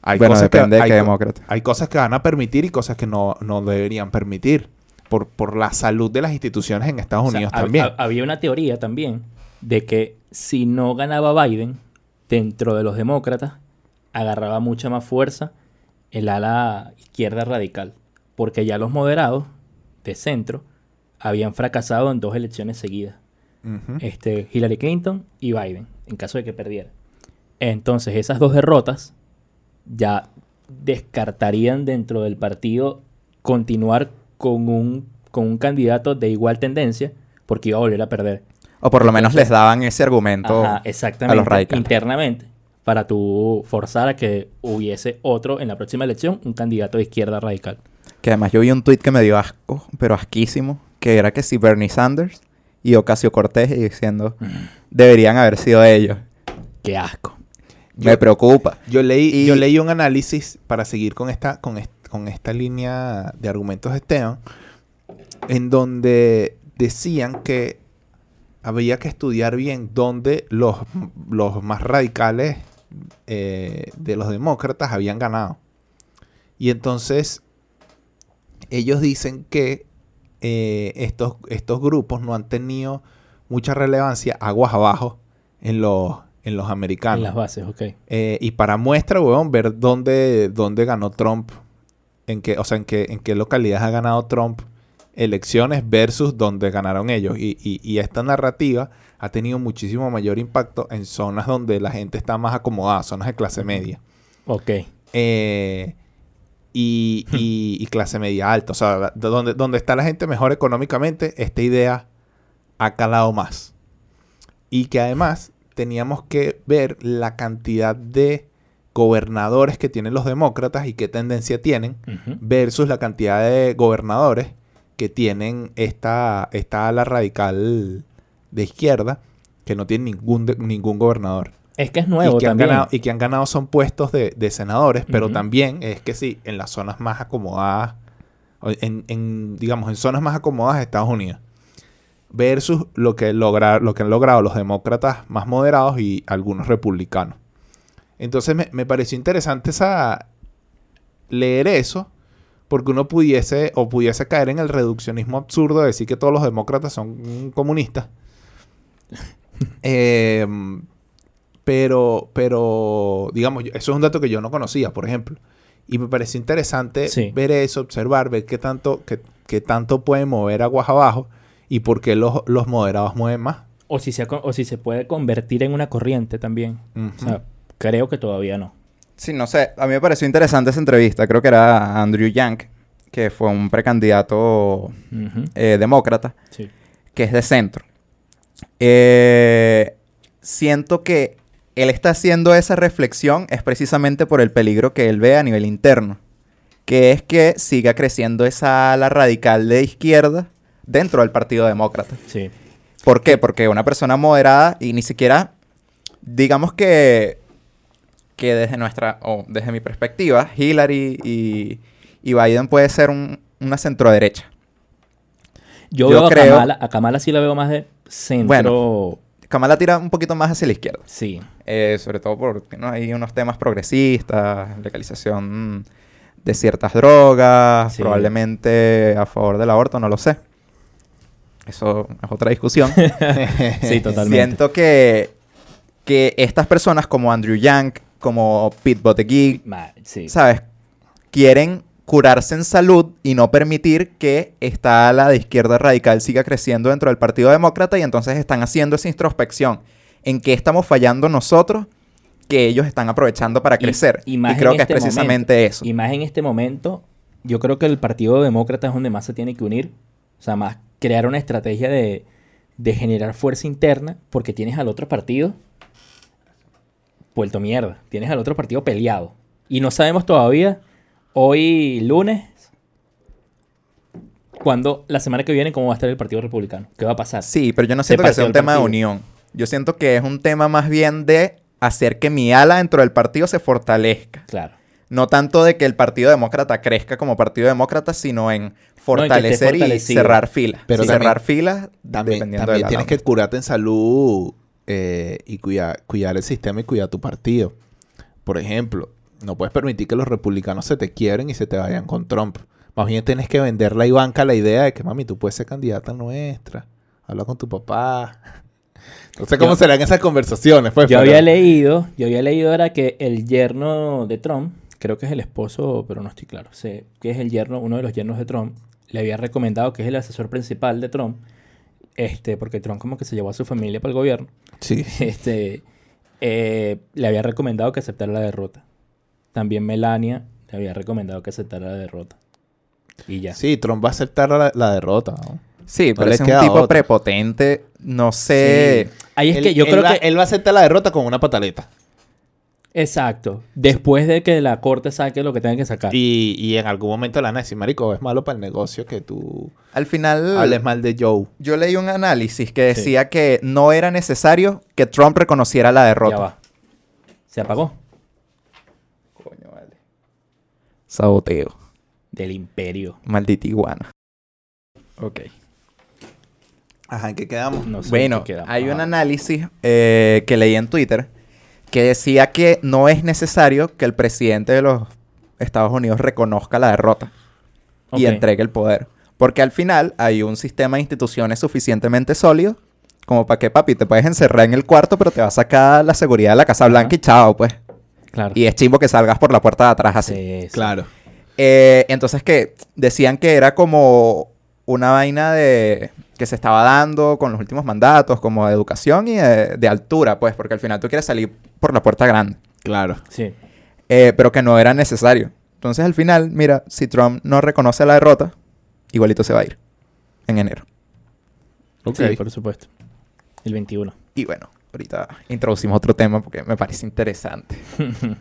Speaker 4: hay,
Speaker 5: bueno,
Speaker 4: cosas, que,
Speaker 5: depende de
Speaker 4: hay
Speaker 5: qué
Speaker 4: co-
Speaker 5: demócrata.
Speaker 4: hay cosas que van a permitir y cosas que no, no deberían permitir. Por, por la salud de las instituciones en Estados
Speaker 1: O sea,
Speaker 4: Unidos
Speaker 1: hab-
Speaker 4: también.
Speaker 1: hab- había una teoría también de que si no ganaba Biden dentro de los demócratas, agarraba mucha más fuerza el ala izquierda radical, porque ya los moderados de centro habían fracasado en dos elecciones seguidas,
Speaker 4: Ujú.
Speaker 1: este, Hillary Clinton y Biden, en caso de que perdiera. Entonces esas dos derrotas ya descartarían dentro del partido continuar con un, con un candidato de igual tendencia, porque iba a volver a perder.
Speaker 5: O por lo menos les daban ese argumento
Speaker 1: Ajá,
Speaker 5: a los
Speaker 1: exactamente.
Speaker 5: radicales.
Speaker 1: Internamente. Para tú forzar a que hubiese otro en la próxima elección, un candidato de izquierda radical.
Speaker 5: Que además yo vi un tuit que me dio asco, pero asquísimo, que era que si Bernie Sanders y Ocasio Cortés diciendo deberían haber sido ellos.
Speaker 1: Qué asco.
Speaker 5: me preocupa.
Speaker 4: Yo leí,
Speaker 5: Y-
Speaker 4: yo leí un análisis para seguir con esta, con, est- con esta línea de argumentos de Esteban, en donde decían que había que estudiar bien dónde los, los más radicales eh, de los demócratas habían ganado. Y entonces ellos dicen que eh, estos, estos grupos no han tenido mucha relevancia aguas abajo en los, en los americanos.
Speaker 1: En las bases, ok.
Speaker 4: Eh, y para muestra, weón, ver dónde, dónde ganó Trump. En qué, o sea, en qué, en qué localidades ha ganado Trump elecciones versus dónde ganaron ellos. Y, y- y esta narrativa ha tenido muchísimo mayor impacto en zonas donde la gente está más acomodada, zonas de clase media.
Speaker 1: Ok.
Speaker 4: Eh, y, y- y clase media alta. O sea, la- do- donde, donde está la gente mejor económicamente, esta idea ha calado más. Y que además teníamos que ver la cantidad de gobernadores que tienen los demócratas y qué tendencia tienen
Speaker 1: Ujú.
Speaker 4: versus la cantidad de gobernadores que tienen esta, esta ala radical de izquierda que no tiene ningún, de- ningún gobernador.
Speaker 1: Es que es nuevo
Speaker 4: y, que han
Speaker 1: también.
Speaker 4: ganado, y que han ganado son puestos de, de senadores, pero
Speaker 1: Ujú.
Speaker 4: también es que sí, en las zonas más acomodadas, o en, en, digamos, en zonas más acomodadas de Estados Unidos. Versus lo que, logra, lo que han logrado los demócratas más moderados y algunos republicanos. Entonces me, me pareció interesante esa, leer eso, porque uno pudiese o pudiese caer en el reduccionismo absurdo de decir que todos los demócratas son comunistas. Em, pero, pero, digamos, yo- eso es un dato que yo no conocía, por ejemplo. Y me pareció interesante
Speaker 1: Sí.
Speaker 4: ver eso, observar, ver qué tanto, qué, qué tanto pueden mover aguas abajo y por qué los, los moderados mueven más.
Speaker 1: O, si se, ha con- o si se puede convertir en una corriente también.
Speaker 4: Ujú.
Speaker 1: O sea, creo que todavía no.
Speaker 5: Sí, no sé. A mí me pareció interesante esa entrevista. Creo que era Andrew Yang, que fue un precandidato
Speaker 1: Ujú.
Speaker 5: eh, demócrata,
Speaker 1: Sí.
Speaker 5: que es de centro. Eh, siento que él está haciendo esa reflexión es precisamente por el peligro que él ve a nivel interno. Que es que siga creciendo esa ala radical de izquierda dentro del Partido Demócrata.
Speaker 1: Sí.
Speaker 5: ¿Por qué? Porque una persona moderada y ni siquiera, digamos que, que desde nuestra, o desde mi perspectiva, Hillary y, y Biden puede ser un- una centroderecha.
Speaker 1: Yo,
Speaker 5: Yo
Speaker 1: veo
Speaker 5: creo-
Speaker 1: a Kamala, a Kamala sí la veo más de centro.
Speaker 5: Kamala tira un poquito más hacia la izquierda,
Speaker 1: Sí.
Speaker 5: eh, sobre todo porque ¿no? hay unos temas progresistas, legalización mm, de ciertas drogas,
Speaker 1: Sí.
Speaker 5: probablemente a favor del aborto, no lo sé. Eso es otra discusión.
Speaker 1: Sí, totalmente.
Speaker 5: Este, Siento que, que estas personas como Andrew Yang, como Pete Buttigieg,
Speaker 1: Ma- sí.
Speaker 5: ¿sabes? Quieren curarse en salud y no permitir que esta ala de izquierda radical siga creciendo dentro del Partido Demócrata y entonces están haciendo esa introspección en qué estamos fallando nosotros que ellos están aprovechando para
Speaker 1: Y-
Speaker 5: crecer. Y,
Speaker 1: más
Speaker 5: creo
Speaker 1: en
Speaker 5: que
Speaker 1: este
Speaker 5: es precisamente
Speaker 1: momento.
Speaker 5: eso.
Speaker 1: Y más en este momento, yo creo que el Partido Demócrata es donde más se tiene que unir. O sea, más crear una estrategia de, de generar fuerza interna porque tienes al otro partido puerto mierda. Tienes al otro partido peleado. Y no sabemos todavía, hoy lunes, cuando la semana que viene, cómo va a estar el Partido Republicano. ¿Qué va a pasar?
Speaker 5: Sí, pero yo no
Speaker 1: de
Speaker 5: siento que sea
Speaker 1: partido
Speaker 5: un
Speaker 1: al
Speaker 5: tema de
Speaker 1: partido.
Speaker 5: unión. Yo siento que es un tema más bien de hacer que mi ala dentro del partido se fortalezca.
Speaker 1: Claro.
Speaker 5: No tanto de que el Partido Demócrata crezca como Partido Demócrata, sino en fortalecer y
Speaker 1: fortalecido.
Speaker 5: cerrar filas.
Speaker 4: Pero
Speaker 5: Sí,
Speaker 4: también-
Speaker 5: cerrar filas
Speaker 4: También,
Speaker 5: dependiendo
Speaker 4: también
Speaker 5: de la
Speaker 4: tienes que curarte en salud eh, y cuidar, cuidar el sistema y cuidar tu partido. Por ejemplo, no puedes permitir que los republicanos se te quiebren y se te vayan con Trump. Más bien tienes que venderle a Ivanka la idea de que, mami, tú puedes ser candidata nuestra. Habla con tu papá. No sé cómo
Speaker 1: Yo-
Speaker 4: serán esas conversaciones. Pues,
Speaker 1: Yo
Speaker 4: pero-
Speaker 1: había leído, yo había leído era que el yerno de Trump, creo que es el esposo, pero no estoy claro, sé que es el yerno, uno de los yernos de Trump, le había recomendado que es el asesor principal de Trump, este, porque Trump como que se llevó a su familia para el gobierno,
Speaker 4: Sí.
Speaker 1: este, eh, le había recomendado que aceptara la derrota. También Melania le había recomendado que aceptara la derrota. Y ya.
Speaker 4: sí, Trump va a aceptar la, la derrota. ¿no?
Speaker 5: Sí, pero
Speaker 4: le
Speaker 5: ese es
Speaker 4: queda
Speaker 5: un tipo
Speaker 4: otra.
Speaker 5: prepotente, no sé.
Speaker 1: Sí. Ahí es
Speaker 4: eh, Él-
Speaker 1: que yo
Speaker 4: él
Speaker 1: creo
Speaker 4: va-
Speaker 1: que...
Speaker 4: Él va a aceptar la derrota con una pataleta.
Speaker 1: Exacto. Después de que la corte saque lo que tenga que sacar.
Speaker 4: Y, y en algún momento la van a decir, marico, es malo para el negocio que tú
Speaker 5: Al final,
Speaker 4: hables mal de Joe.
Speaker 5: yo leí un análisis que
Speaker 1: Sí.
Speaker 5: decía que no era necesario que Trump reconociera la derrota.
Speaker 1: Ya va. Se apagó.
Speaker 5: Coño, vale. Saboteo.
Speaker 1: Del imperio.
Speaker 5: Maldita iguana. Ok.
Speaker 4: Ajá, ¿en qué quedamos?
Speaker 1: No sé
Speaker 5: bueno,
Speaker 1: qué queda.
Speaker 5: hay un
Speaker 1: Ajá.
Speaker 5: análisis eh, que leí en Twitter que decía que no es necesario que el presidente de los Estados Unidos reconozca la derrota y
Speaker 1: Ok.
Speaker 5: entregue el poder. Porque al final hay un sistema de instituciones suficientemente sólido como para que, papi, te puedes encerrar en el cuarto, pero te vas a sacar la seguridad de la Casa Blanca y chao, pues.
Speaker 1: Claro.
Speaker 5: Y es chimbo que salgas por la puerta de atrás así.
Speaker 1: Sí, sí.
Speaker 4: Claro.
Speaker 5: Eh, entonces que decían que era como una vaina de que se estaba dando con los últimos mandatos, como de educación y de, de altura, pues, porque al final tú quieres salir por la puerta grande,
Speaker 4: Claro.
Speaker 1: Sí.
Speaker 5: Eh, pero que no era necesario. Entonces al final, mira, si Trump no reconoce la derrota, igualito se va a ir en enero.
Speaker 1: Ok.
Speaker 4: Ok.
Speaker 1: por supuesto. El 21.
Speaker 5: Y bueno, ahorita introducimos otro tema porque me parece interesante.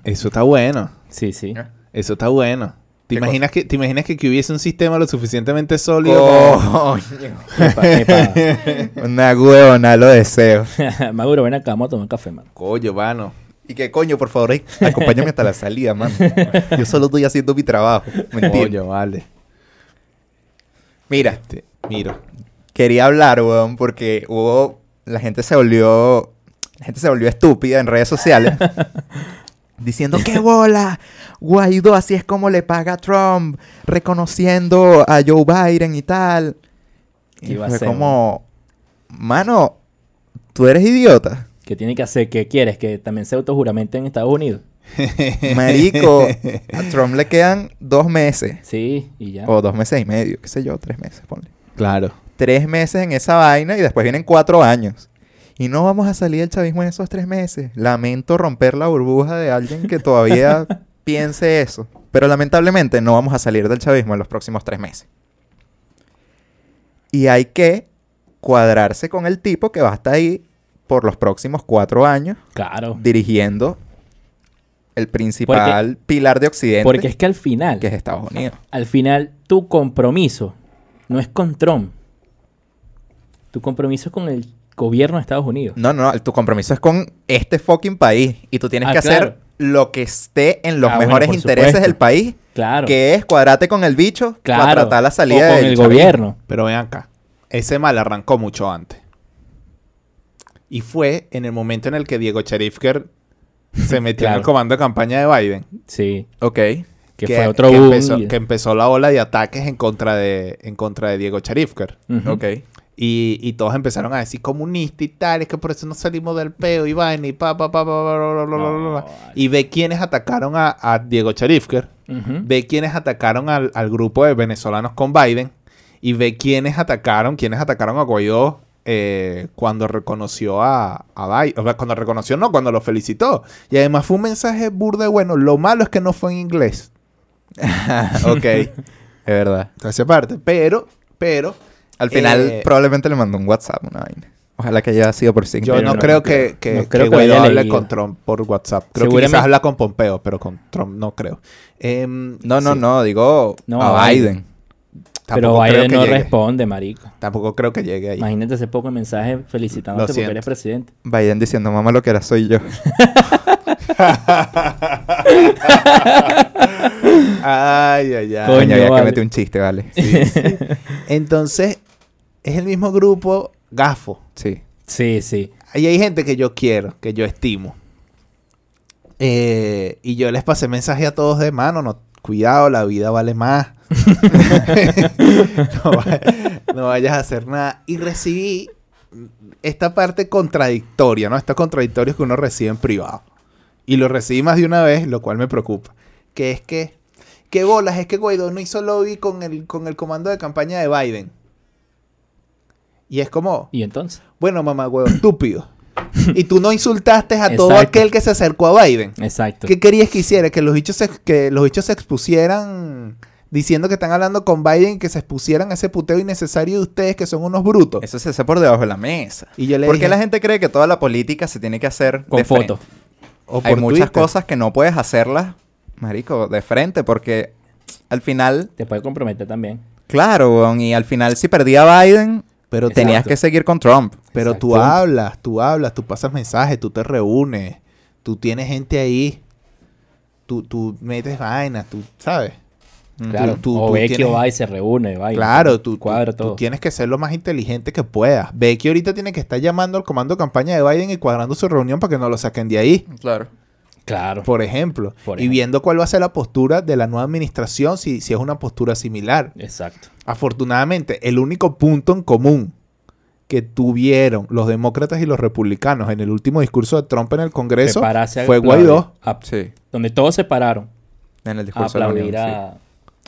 Speaker 4: Eso está bueno.
Speaker 1: Sí, sí.
Speaker 4: Eso está bueno. ¿Te
Speaker 5: ¿Qué
Speaker 4: imaginas, que, ¿Te imaginas que, que hubiese un sistema lo suficientemente sólido?
Speaker 5: Coño.
Speaker 1: Epa, epa.
Speaker 5: Una huevona, lo deseo.
Speaker 1: Maduro, ven acá, vamos a tomar un café, mano.
Speaker 4: Coño, mano.
Speaker 5: Y que coño, por favor, ey, acompáñame hasta la salida, mano. Yo solo estoy haciendo mi trabajo. ¿Me entiendes?
Speaker 4: Coño, vale.
Speaker 5: Mira,
Speaker 4: Te- miro.
Speaker 5: quería hablar, weón, porque hubo. La gente se volvió. La gente se volvió estúpida en redes sociales. diciendo, ¡qué bola! Guaidó, así es como le paga a Trump, reconociendo a Joe Biden y tal.
Speaker 1: ¿Qué
Speaker 5: Y
Speaker 1: iba a
Speaker 5: fue
Speaker 1: hacer,
Speaker 5: como. Mano, tú eres idiota.
Speaker 1: ¿Qué tiene que hacer? ¿Qué quieres? ¿Que también se autojuramente en Estados Unidos?
Speaker 5: Marico, a Trump le quedan dos meses.
Speaker 1: Sí, y ya.
Speaker 5: O dos meses y medio, qué sé yo, tres meses, ponle.
Speaker 4: Claro.
Speaker 5: Tres meses en esa vaina y después vienen cuatro años. Y no vamos a salir del chavismo en esos tres meses. Lamento romper la burbuja de alguien que todavía piense eso. Pero lamentablemente no vamos a salir del chavismo en los próximos tres meses. Y hay que cuadrarse con el tipo que va a estar ahí por los próximos cuatro años
Speaker 1: Claro.
Speaker 5: dirigiendo el principal pilar de Occidente,
Speaker 1: Porque es que al final,
Speaker 5: que es Estados Unidos.
Speaker 1: al final, tu compromiso no es con Trump. Tu compromiso es con el gobierno de Estados Unidos.
Speaker 5: No, no, tu compromiso es con este fucking país. Y tú tienes
Speaker 1: Ah,
Speaker 5: que
Speaker 1: claro.
Speaker 5: hacer lo que esté en los
Speaker 1: Ah, bueno,
Speaker 5: mejores
Speaker 1: por
Speaker 5: intereses
Speaker 1: supuesto.
Speaker 5: del país,
Speaker 1: Claro.
Speaker 5: que es cuadrate con el bicho para
Speaker 1: claro.
Speaker 5: tratar la
Speaker 1: o
Speaker 5: salida
Speaker 1: con
Speaker 5: del
Speaker 1: el
Speaker 5: chavismo.
Speaker 1: gobierno.
Speaker 4: Pero ven acá. Ese mal arrancó mucho antes. Y fue en el momento en el que Diego Cherifker se metió en
Speaker 1: Claro.
Speaker 4: el comando de campaña de Biden.
Speaker 1: Sí.
Speaker 5: Ok.
Speaker 1: Que, fue otro
Speaker 4: que
Speaker 1: boom.
Speaker 4: empezó,
Speaker 1: y-
Speaker 4: que empezó la ola de ataques en contra de, en contra de Diego Cherifker.
Speaker 1: Ujú.
Speaker 5: Ok.
Speaker 4: Y, y todos empezaron a decir comunista y tal, es que por eso no salimos del peo y vaina y pa, pa, pa, pa, bla, bla, bla, bla, bla, bla.
Speaker 1: No,
Speaker 4: Y ve quienes atacaron a, a Diego Cherifker,
Speaker 1: Ujú.
Speaker 4: ve quienes atacaron al, al grupo de venezolanos con Biden y ve quienes atacaron, quienes atacaron a Guaidó eh, cuando reconoció a, a Biden, o sea, cuando reconoció, no, cuando lo felicitó. Y además fue un mensaje burde bueno, lo malo es que no fue en inglés.
Speaker 5: ok. Es verdad.
Speaker 4: Entonces aparte, pero, pero...
Speaker 5: Al final
Speaker 4: eh,
Speaker 5: probablemente le mandó un WhatsApp una vaina. Ojalá que haya sido por signo.
Speaker 4: Yo
Speaker 1: Pero
Speaker 4: no,
Speaker 1: no
Speaker 4: creo
Speaker 1: creo.
Speaker 4: que, que,
Speaker 1: No
Speaker 4: que
Speaker 1: creo que lo
Speaker 4: Guaidó
Speaker 1: haya
Speaker 4: hable
Speaker 1: leído.
Speaker 4: con Trump por WhatsApp. Creo que
Speaker 1: Seguramente-
Speaker 4: quizás habla con Pompeo, pero con Trump no creo. Em,
Speaker 5: No, no,
Speaker 4: sí,
Speaker 5: no, digo
Speaker 1: No,
Speaker 5: a
Speaker 1: a
Speaker 5: Biden.
Speaker 1: Biden. Pero
Speaker 4: tampoco creo
Speaker 1: Biden
Speaker 4: que
Speaker 1: no
Speaker 4: llegue.
Speaker 1: responde, marico.
Speaker 4: Tampoco creo que llegue ahí.
Speaker 1: Imagínate ese poco de mensaje
Speaker 4: Lo
Speaker 1: felicitándote porque
Speaker 4: siento.
Speaker 1: eres presidente.
Speaker 5: Biden diciendo, mamá, lo que era soy yo.
Speaker 4: Ay, ay, ay.
Speaker 1: Coño,
Speaker 5: Coño, había que
Speaker 1: vale.
Speaker 5: meter un chiste, ¿vale? Sí.
Speaker 4: Entonces, es el mismo grupo gafo.
Speaker 1: Sí, sí.
Speaker 4: Ahí hay gente que yo quiero, que yo estimo. Eh, y yo les pasé mensaje a todos de mano, no, cuidado, la vida vale más. no, va- no vayas a hacer nada. Y recibí esta parte contradictoria, ¿no? Estos contradictorios que uno recibe en privado. Y lo recibí más de una vez, lo cual me preocupa. Que es que, ¿qué bolas? Es que Guaidó no hizo lobby con el, con el comando de campaña de Biden. Y es como,
Speaker 1: ¿Y entonces?
Speaker 4: bueno, mamá, huevo, estúpido. Y tú no insultaste a todo
Speaker 1: Exacto.
Speaker 4: aquel que se acercó a Biden.
Speaker 1: Exacto.
Speaker 4: ¿Qué querías que hiciera? Que los bichos se, que los bichos se expusieran diciendo que están hablando con Biden y que se expusieran a ese puteo innecesario de ustedes que son unos brutos.
Speaker 5: Eso se hace por debajo de la mesa.
Speaker 4: Y yo le
Speaker 5: ¿Por
Speaker 4: dije,
Speaker 5: qué la gente cree que toda la política se tiene que hacer
Speaker 1: Con
Speaker 5: de frente?
Speaker 1: fotos.
Speaker 4: o
Speaker 5: Hay
Speaker 4: por
Speaker 5: muchas
Speaker 4: Twitter.
Speaker 5: cosas que no puedes hacerlas, marico, de frente, porque al final,
Speaker 1: Te puede comprometer también.
Speaker 5: claro, weón, y al final si perdía Biden,
Speaker 4: Pero, tú-
Speaker 1: Exacto.
Speaker 5: tenías que seguir con Trump.
Speaker 4: pero tú
Speaker 1: Exacto.
Speaker 4: hablas, tú hablas, tú pasas mensajes, tú te reúnes, tú tienes gente ahí, tú, tú metes vainas, tú, ¿sabes?
Speaker 5: Mm.
Speaker 1: Claro.
Speaker 4: tú- tú
Speaker 1: o Vecchio
Speaker 4: tienes-
Speaker 1: va y se reúne, va y
Speaker 4: Claro, tú, tú-
Speaker 1: cuadra
Speaker 4: tú
Speaker 1: todo.
Speaker 4: tienes que ser lo más inteligente que puedas. Ve que ahorita tiene que estar llamando al comando de campaña de Biden y cuadrando su reunión para que no lo saquen de ahí,
Speaker 5: Claro.
Speaker 1: Claro.
Speaker 4: por ejemplo.
Speaker 1: Por
Speaker 4: Y
Speaker 1: ejemplo.
Speaker 4: viendo cuál va a ser la postura de la nueva administración, si, si es una postura similar.
Speaker 1: Exacto.
Speaker 4: Afortunadamente, el único punto en común que tuvieron los demócratas y los republicanos en el último discurso de Trump en el Congreso
Speaker 1: Prepararse a
Speaker 4: fue
Speaker 1: aplaudir.
Speaker 4: Guaidó.
Speaker 1: A-
Speaker 5: Sí,
Speaker 1: donde todos se pararon
Speaker 5: en el
Speaker 1: a
Speaker 5: discurso de la
Speaker 1: aplaudir
Speaker 5: Unión,
Speaker 1: a,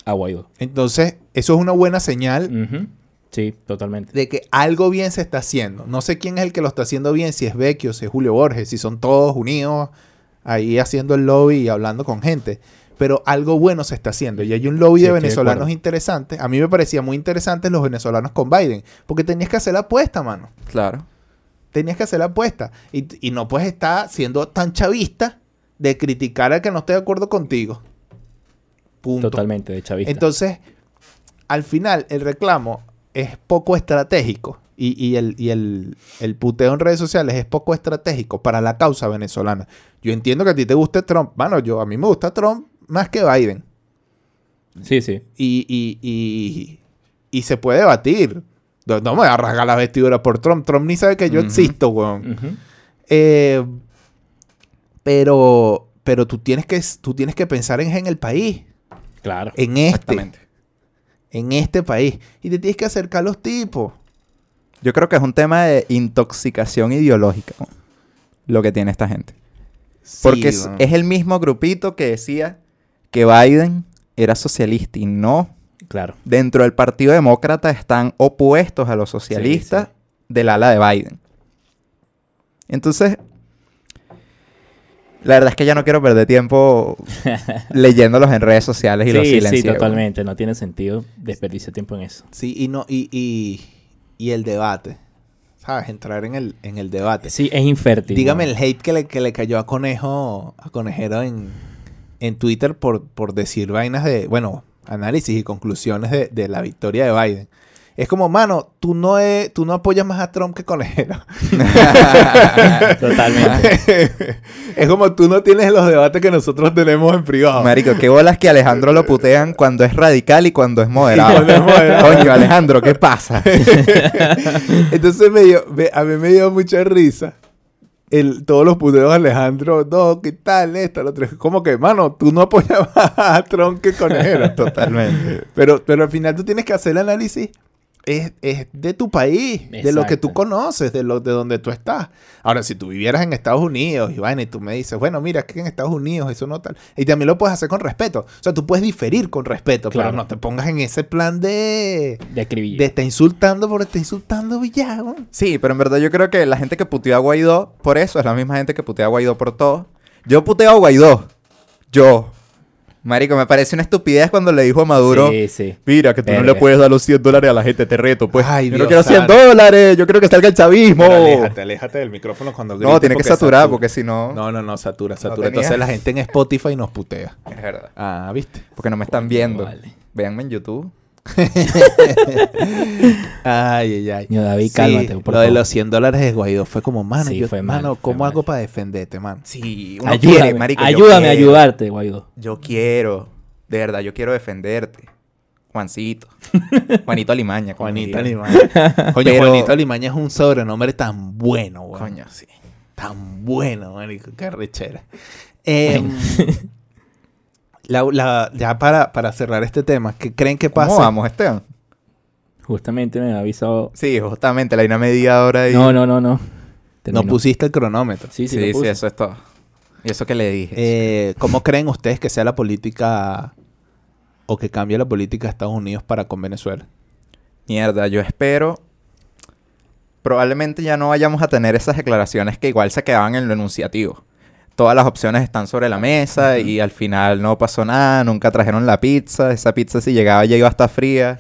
Speaker 1: a Guaidó.
Speaker 4: Entonces, eso es una buena señal
Speaker 1: Ujú. Sí, totalmente.
Speaker 4: de que algo bien se está haciendo. No sé quién es el que lo está haciendo bien, si es Vecchio, si es Julio Borges, si son todos unidos ahí haciendo el lobby y hablando con gente. pero algo bueno se está haciendo. Y hay un lobby
Speaker 1: Sí,
Speaker 4: de
Speaker 1: estoy de
Speaker 4: venezolanos
Speaker 1: acuerdo.
Speaker 4: interesante. A mí me parecía muy interesantes los venezolanos con Biden, porque tenías que hacer la apuesta, mano.
Speaker 5: Claro.
Speaker 4: Este. Tenías que hacer la apuesta. Y, y no puedes estar siendo tan chavista de criticar al que no esté de acuerdo contigo. Punto.
Speaker 1: Totalmente, de chavista.
Speaker 4: Entonces, al final, el reclamo es poco estratégico. Y, y el, y el- el puteo en redes sociales es poco estratégico para la causa venezolana. Yo entiendo que a ti te guste Trump. Mano, yo, a mí me gusta Trump más que Biden.
Speaker 1: sí, sí.
Speaker 4: Y, y- y- y se puede debatir. No, no me voy a rasgar la vestidura por Trump. Trump ni sabe que yo
Speaker 5: Ujú.
Speaker 4: existo, weón.
Speaker 1: Ujú.
Speaker 4: Eh, pero pero tú, tienes que, tú tienes que pensar en, en el país.
Speaker 1: Claro.
Speaker 4: En este.
Speaker 5: Exactamente.
Speaker 4: En este país. Y te tienes que acercar a los tipos.
Speaker 5: Yo creo que es un tema de intoxicación ideológica ¿no? lo que tiene esta gente. Porque
Speaker 4: Sí,
Speaker 5: es,
Speaker 4: weón.
Speaker 5: es el mismo grupito que decía que Biden era socialista y no.
Speaker 1: Claro.
Speaker 5: Dentro del Partido Demócrata están opuestos a los socialistas
Speaker 1: sí.
Speaker 5: del ala de Biden. Entonces, la verdad es que ya no quiero perder tiempo leyéndolos en redes sociales y los
Speaker 1: Sí, sí,
Speaker 5: silencio. weón.
Speaker 1: totalmente. No tiene sentido desperdiciar tiempo en eso.
Speaker 4: Sí, y, no, y, y, y el debate. ¿Sabes? Entrar en el, en el debate.
Speaker 1: Sí, es infértil.
Speaker 4: Dígame
Speaker 1: ¿no?
Speaker 4: el hate que le, que le cayó a Conejo, a Conejero en, en Twitter por, por decir vainas de, bueno, análisis y conclusiones de, de la victoria de Biden. Es como, mano, tú no, e- tú no apoyas más a Trump que Conejero.
Speaker 1: Totalmente.
Speaker 4: es como tú no tienes los debates que nosotros tenemos en privado.
Speaker 5: Marico, qué bolas que Alejandro lo putean cuando es radical y cuando es moderado.
Speaker 4: cuando es moderado.
Speaker 5: Coño, Alejandro, ¿qué pasa?
Speaker 4: Entonces me dio- me- a mí me dio mucha risa. El, todos los puteros Alejandro, no, ¿qué tal? Esto, lo otro. Es Como que, mano, tú no apoyabas a Trump que conejero.
Speaker 5: Totalmente.
Speaker 4: Pero, pero al final tú tienes que hacer el análisis. Es, es de tu país, de lo que tú
Speaker 1: Exacto.
Speaker 4: conoces, de lo de donde tú estás. Ahora, si tú vivieras en Estados Unidos, Iván, y tú me dices, bueno, mira, es que en Estados Unidos eso no tal. Y también lo puedes hacer con respeto. O sea, tú puedes diferir con respeto,
Speaker 1: Claro.
Speaker 4: pero no te pongas en ese plan de.
Speaker 1: De escribir.
Speaker 4: de está insultando por está insultando y ya, güey.
Speaker 5: Sí, pero en verdad yo creo que la gente que puteó a Guaidó por eso es la misma gente que putea a Guaidó por todo. Yo puteo a Guaidó. Yo. Marico, me parece una estupidez cuando le dijo a Maduro.
Speaker 1: Sí, sí.
Speaker 5: Mira, que tú no le
Speaker 1: Verga.
Speaker 5: puedes dar los 100 dólares a la gente, te reto. Pues,
Speaker 4: Ay,
Speaker 5: yo no
Speaker 4: Dios
Speaker 5: quiero 100
Speaker 4: santo.
Speaker 5: dólares, yo creo que salga el chavismo.
Speaker 4: Pero aléjate, aléjate del micrófono cuando
Speaker 5: No,
Speaker 4: grites
Speaker 5: tiene que
Speaker 4: porque
Speaker 5: saturar,
Speaker 4: satura.
Speaker 5: porque si no.
Speaker 4: No, no, no, satura, satura.
Speaker 5: tenía.
Speaker 4: Entonces la gente en Spotify nos putea.
Speaker 5: Es verdad.
Speaker 4: Ah, ¿viste?
Speaker 5: Porque no me están viendo.
Speaker 1: vale.
Speaker 5: Véanme en YouTube.
Speaker 4: Ay, ay, ay.
Speaker 1: Niño David, cálmate, por
Speaker 4: Lo de
Speaker 1: favor.
Speaker 4: los 100 dólares de Guaidó fue como, mano,
Speaker 1: Sí,
Speaker 4: yo-
Speaker 1: fue mal,
Speaker 4: mano,
Speaker 1: fue
Speaker 4: ¿cómo
Speaker 1: mal.
Speaker 4: hago para defenderte, mano?
Speaker 5: Sí,
Speaker 1: Ayúdame, ayúdame a ayudarte, Guaidó.
Speaker 5: Yo quiero, de verdad, yo quiero defenderte. Juancito. Juanito Alimaña. como
Speaker 4: Juanito
Speaker 5: digan.
Speaker 4: Alimaña. Coño,
Speaker 5: Pero-
Speaker 4: Juanito Alimaña es un sobrenombre tan bueno, güey.
Speaker 5: Coño, sí.
Speaker 4: Tan bueno, marico, qué rechera. Em, la- la- ya para, para cerrar este tema, ¿qué creen que
Speaker 5: ¿Cómo
Speaker 4: pasa?
Speaker 5: vamos, Esteban?
Speaker 1: Justamente me ha avisado.
Speaker 5: Sí, justamente, la una media hora y...
Speaker 1: No, no, no, no.
Speaker 4: No
Speaker 1: Terminó.
Speaker 4: pusiste el cronómetro.
Speaker 1: Sí, sí,
Speaker 5: Sí,
Speaker 1: lo
Speaker 5: sí,
Speaker 1: puse.
Speaker 5: eso es todo. Y eso que le dije.
Speaker 4: Eh, ¿Cómo creen ustedes que sea la política o que cambie la política de Estados Unidos para con Venezuela?
Speaker 5: Mierda, yo espero... Probablemente ya no vayamos a tener esas declaraciones que igual se quedaban en lo enunciativo. Todas las opciones están sobre la mesa y al final no pasó nada, nunca trajeron la pizza, esa pizza si llegaba ya iba hasta fría.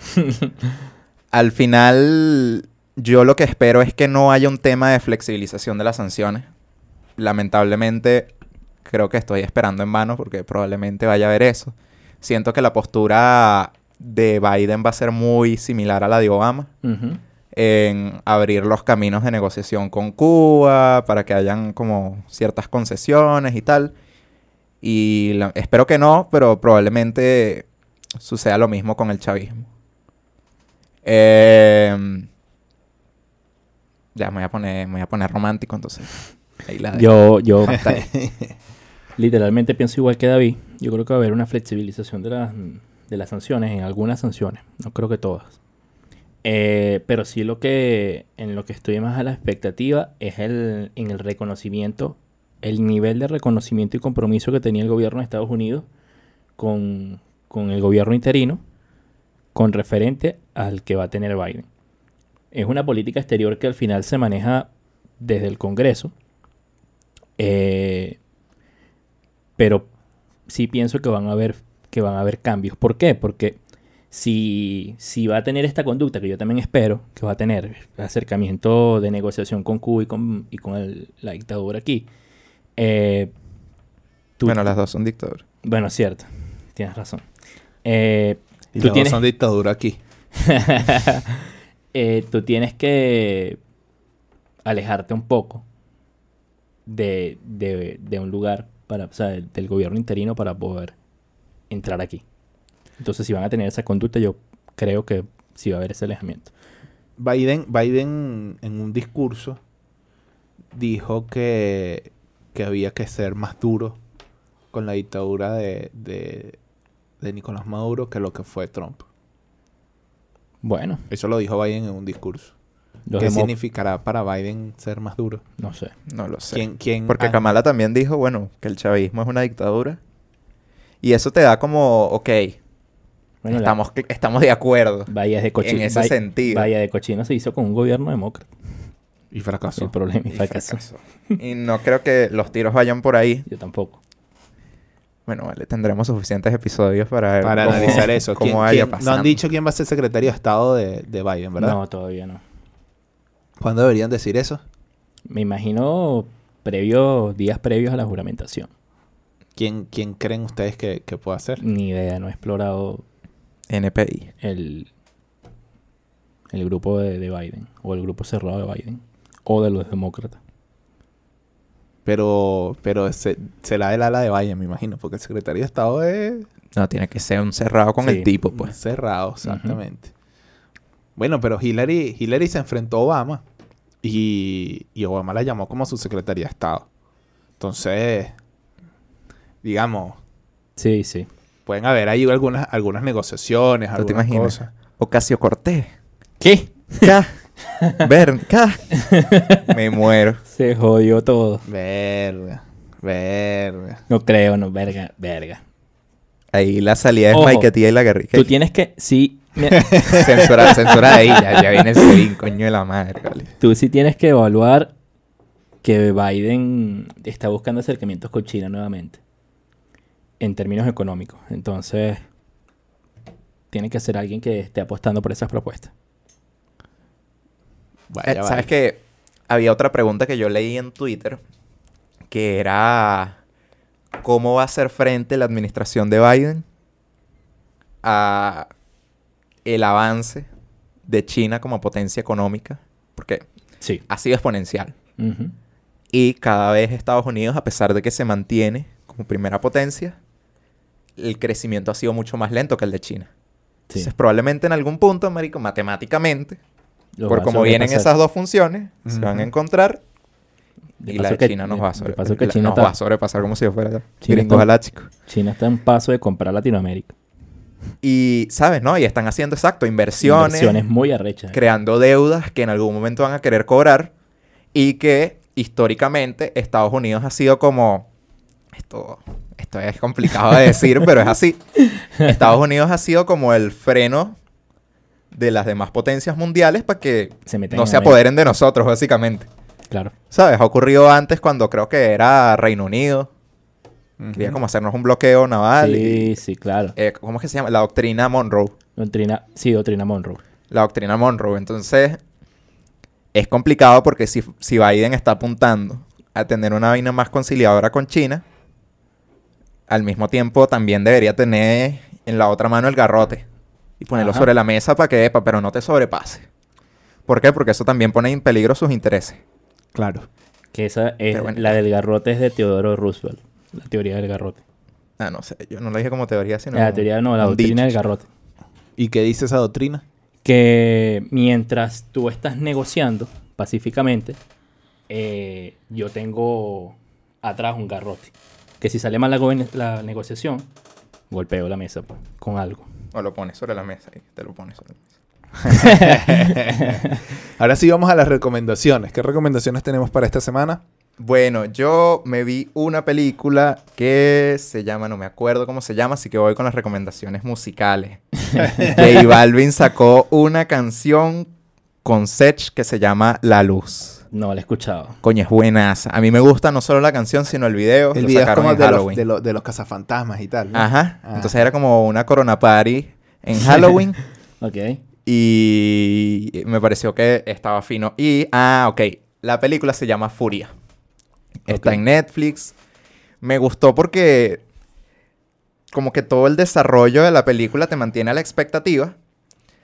Speaker 5: al final, yo lo que espero es que no haya un tema de flexibilización de las sanciones. Lamentablemente, creo que estoy esperando en vano porque probablemente vaya a haber eso. Siento que la postura de Biden va a ser muy similar a la de Obama
Speaker 1: Ujú.
Speaker 5: en abrir los caminos de negociación con Cuba para que hayan como ciertas concesiones y tal. Y la- espero que no, pero probablemente suceda lo mismo con el chavismo. Em, ya me voy a poner, me voy a poner romántico entonces. Ahí la dejo.
Speaker 1: Yo, yo
Speaker 5: Hasta ahí.
Speaker 1: literalmente pienso igual que David. Yo creo que va a haber una flexibilización de las, de las sanciones, en algunas sanciones, no creo que todas. Eh, pero sí lo que en lo que estoy más a la expectativa es el, en el reconocimiento, el nivel de reconocimiento y compromiso que tenía el gobierno de Estados Unidos con, con el gobierno interino con referente al que va a tener Biden. Es una política exterior que al final se maneja desde el Congreso. Eh, pero sí pienso que van a haber, que van a haber cambios. ¿Por qué? Porque si, si va a tener esta conducta, que yo también espero que va a tener, acercamiento de negociación con Cuba y con, y con el- la dictadura aquí, eh, tú-
Speaker 5: Bueno, las dos son dictadores.
Speaker 1: bueno, cierto, tienes razón. Eh,
Speaker 4: Y
Speaker 1: Tú
Speaker 4: luego
Speaker 1: tienes-
Speaker 4: son dictadura aquí.
Speaker 1: eh, tú tienes que alejarte un poco de, de- de un lugar, para, o sea, del, del gobierno interino para poder entrar aquí. Entonces, si van a tener esa conducta, yo creo que sí va a haber ese alejamiento.
Speaker 4: Biden, Biden en un discurso dijo que, que había que ser más duro con la dictadura de, de, de Nicolás Maduro que lo que fue Trump.
Speaker 1: Bueno,
Speaker 4: Eso lo dijo Biden en un discurso.
Speaker 1: los
Speaker 4: ¿Qué
Speaker 1: demó-
Speaker 4: significará para Biden ser más duro?
Speaker 1: no sé.
Speaker 5: No lo sé.
Speaker 4: ¿Quién, quién
Speaker 5: Porque
Speaker 4: ah,
Speaker 5: Kamala también dijo, bueno, que el chavismo es una dictadura. Y eso te da como, ok,
Speaker 1: Bueno, la-
Speaker 5: estamos, cl- estamos de acuerdo.
Speaker 1: Bahía de cochino.
Speaker 5: en ese sentido.
Speaker 1: Bahía de cochino se hizo con un gobierno demócrata.
Speaker 4: Y
Speaker 1: El
Speaker 4: fracasó.
Speaker 1: problema y
Speaker 5: Y
Speaker 1: fracasó.
Speaker 5: fracasó. Y no creo que los tiros vayan por ahí.
Speaker 1: Yo tampoco.
Speaker 5: Bueno, vale, tendremos suficientes episodios para, ver
Speaker 4: Para
Speaker 5: cómo-
Speaker 4: analizar eso.
Speaker 5: cómo
Speaker 4: ¿Quién-
Speaker 5: vaya
Speaker 4: quién- no
Speaker 5: pasando.
Speaker 4: han dicho quién va a ser secretario de Estado de, de Biden, ¿verdad?
Speaker 1: No, todavía no.
Speaker 4: ¿Cuándo deberían decir eso?
Speaker 1: Me imagino previo, días previos a la juramentación.
Speaker 4: ¿Quién, quién creen ustedes que, que pueda ser?
Speaker 1: Ni idea, no he explorado
Speaker 5: NPI.
Speaker 1: el, el grupo de, de Biden o el grupo cerrado de Biden o de los demócratas.
Speaker 4: Pero, pero se- será el ala de Biden, me imagino, porque el secretario de Estado es
Speaker 5: No, tiene que ser un cerrado con
Speaker 1: Sí.
Speaker 5: el tipo, pues.
Speaker 4: cerrado, exactamente. Bueno, pero Hillary, Hillary se enfrentó a Obama y, y Obama la llamó como su secretaria de Estado. Entonces, digamos,
Speaker 1: Sí, sí.
Speaker 4: pueden haber ahí algunas, algunas negociaciones,
Speaker 5: ¿Tú te
Speaker 4: algunas
Speaker 5: imaginas?
Speaker 4: cosas.
Speaker 5: Ocasio Cortés.
Speaker 1: ¿Qué?
Speaker 5: K. Bern. K. Me muero.
Speaker 1: Se jodió todo.
Speaker 4: Verga, verga.
Speaker 1: No creo, no, verga, verga.
Speaker 5: Ahí la salida es
Speaker 1: Ojo.
Speaker 5: Mike Tía y la guerrilla.
Speaker 1: Tú tienes que, sí, me-
Speaker 5: Censura, censura ahí. Ya, ya viene el Serín, coño de la madre. Vale.
Speaker 1: tú sí tienes que evaluar que Biden está buscando acercamientos con China nuevamente. En términos económicos. Entonces, tiene que ser alguien que esté apostando por esas propuestas.
Speaker 4: Vaya,
Speaker 5: Eh,
Speaker 4: vaya.
Speaker 5: ¿Sabes que Había otra pregunta que yo leí en Twitter que era ¿cómo va a hacer frente la administración de Biden a el avance de China como potencia económica? Porque
Speaker 1: Sí.
Speaker 5: ha sido exponencial.
Speaker 1: Ujú.
Speaker 5: Y cada vez Estados Unidos, a pesar de que se mantiene como primera potencia, el crecimiento ha sido mucho más lento que el de China.
Speaker 1: Sí.
Speaker 5: Entonces, probablemente en algún punto, marico, matemáticamente,
Speaker 1: Los
Speaker 5: por
Speaker 1: va a
Speaker 5: como vienen
Speaker 1: sobrepasar.
Speaker 5: esas dos funciones, se van a
Speaker 4: Ujú.
Speaker 5: encontrar
Speaker 1: De
Speaker 5: y
Speaker 1: paso
Speaker 5: la de
Speaker 1: que-
Speaker 5: China nos
Speaker 1: de-
Speaker 5: va a
Speaker 1: de
Speaker 5: sobre-
Speaker 1: paso que
Speaker 5: la-
Speaker 1: China
Speaker 5: nos
Speaker 1: está-
Speaker 5: va a sobrepasar como si yo fuera
Speaker 1: China
Speaker 5: gringos
Speaker 1: está-
Speaker 5: ojalá, chico.
Speaker 1: China está en paso de comprar Latinoamérica.
Speaker 5: Y, ¿sabes? ¿No? Y están haciendo, exacto, inversiones,
Speaker 1: Inversiones muy arrechas.
Speaker 5: creando deudas que en algún momento van a querer cobrar y que históricamente Estados Unidos ha sido como... Esto, esto es complicado de decir, pero es así. Estados Unidos ha sido como el freno de las demás potencias mundiales para que
Speaker 1: Se metan
Speaker 5: no
Speaker 1: en
Speaker 5: se
Speaker 1: América.
Speaker 5: apoderen de nosotros, básicamente.
Speaker 1: Claro.
Speaker 5: ¿Sabes? Ha ocurrido antes cuando creo que era Reino Unido.
Speaker 4: Ujú.
Speaker 5: Quería como hacernos un bloqueo naval. Ah, y-
Speaker 1: Sí, sí, claro.
Speaker 5: eh, ¿Cómo es que se llama? La doctrina Monroe.
Speaker 1: Doctrina, sí, doctrina Monroe.
Speaker 5: La doctrina Monroe. Entonces, es complicado porque si, si Biden está apuntando a tener una vaina más conciliadora con China, al mismo tiempo también debería tener en la otra mano el garrote y ponerlo
Speaker 1: Ajá.
Speaker 5: sobre la mesa para que, epa, pero no te sobrepase. ¿Por qué? Porque eso también pone en peligro sus intereses.
Speaker 4: Claro.
Speaker 1: Que esa es
Speaker 5: Pero bueno.
Speaker 1: la del garrote es de Teodoro Roosevelt. La teoría del garrote. Ah,
Speaker 5: Ah, no sé, yo no lo dije como teoría, sino.
Speaker 1: la teoría no, la
Speaker 5: un
Speaker 1: doctrina
Speaker 5: dicho.
Speaker 1: del garrote.
Speaker 4: ¿Y qué dice esa doctrina?
Speaker 1: Que mientras tú estás negociando pacíficamente, eh, yo tengo atrás un garrote. Que si sale mal la, gobe- la negociación, golpeo la mesa pues, con algo.
Speaker 5: O lo pones sobre la mesa y te lo pones sobre la mesa.
Speaker 4: Ahora sí vamos a las recomendaciones. ¿Qué recomendaciones tenemos para esta semana?
Speaker 5: Bueno, yo me vi una película que se llama, no me acuerdo cómo se llama, así que voy con las recomendaciones musicales. J Balvin sacó una canción con Sech que se llama La Luz.
Speaker 1: No, la he escuchado.
Speaker 5: Coño, es buenaza. A mí me gusta no solo la canción, sino el video.
Speaker 4: El
Speaker 5: Lo
Speaker 4: video es
Speaker 5: sacaron
Speaker 4: como
Speaker 5: en
Speaker 4: de los,
Speaker 5: Halloween.
Speaker 4: de, los, de los cazafantasmas y tal. ¿no?
Speaker 5: Ajá.
Speaker 4: Ah.
Speaker 5: Entonces era como una corona party en Halloween.
Speaker 1: Ok.
Speaker 5: y me pareció que estaba fino. Y, ah, ok. La película se llama Furia. Está
Speaker 1: Ok.
Speaker 5: en Netflix. Me gustó porque como que todo el desarrollo de la película te mantiene a la expectativa.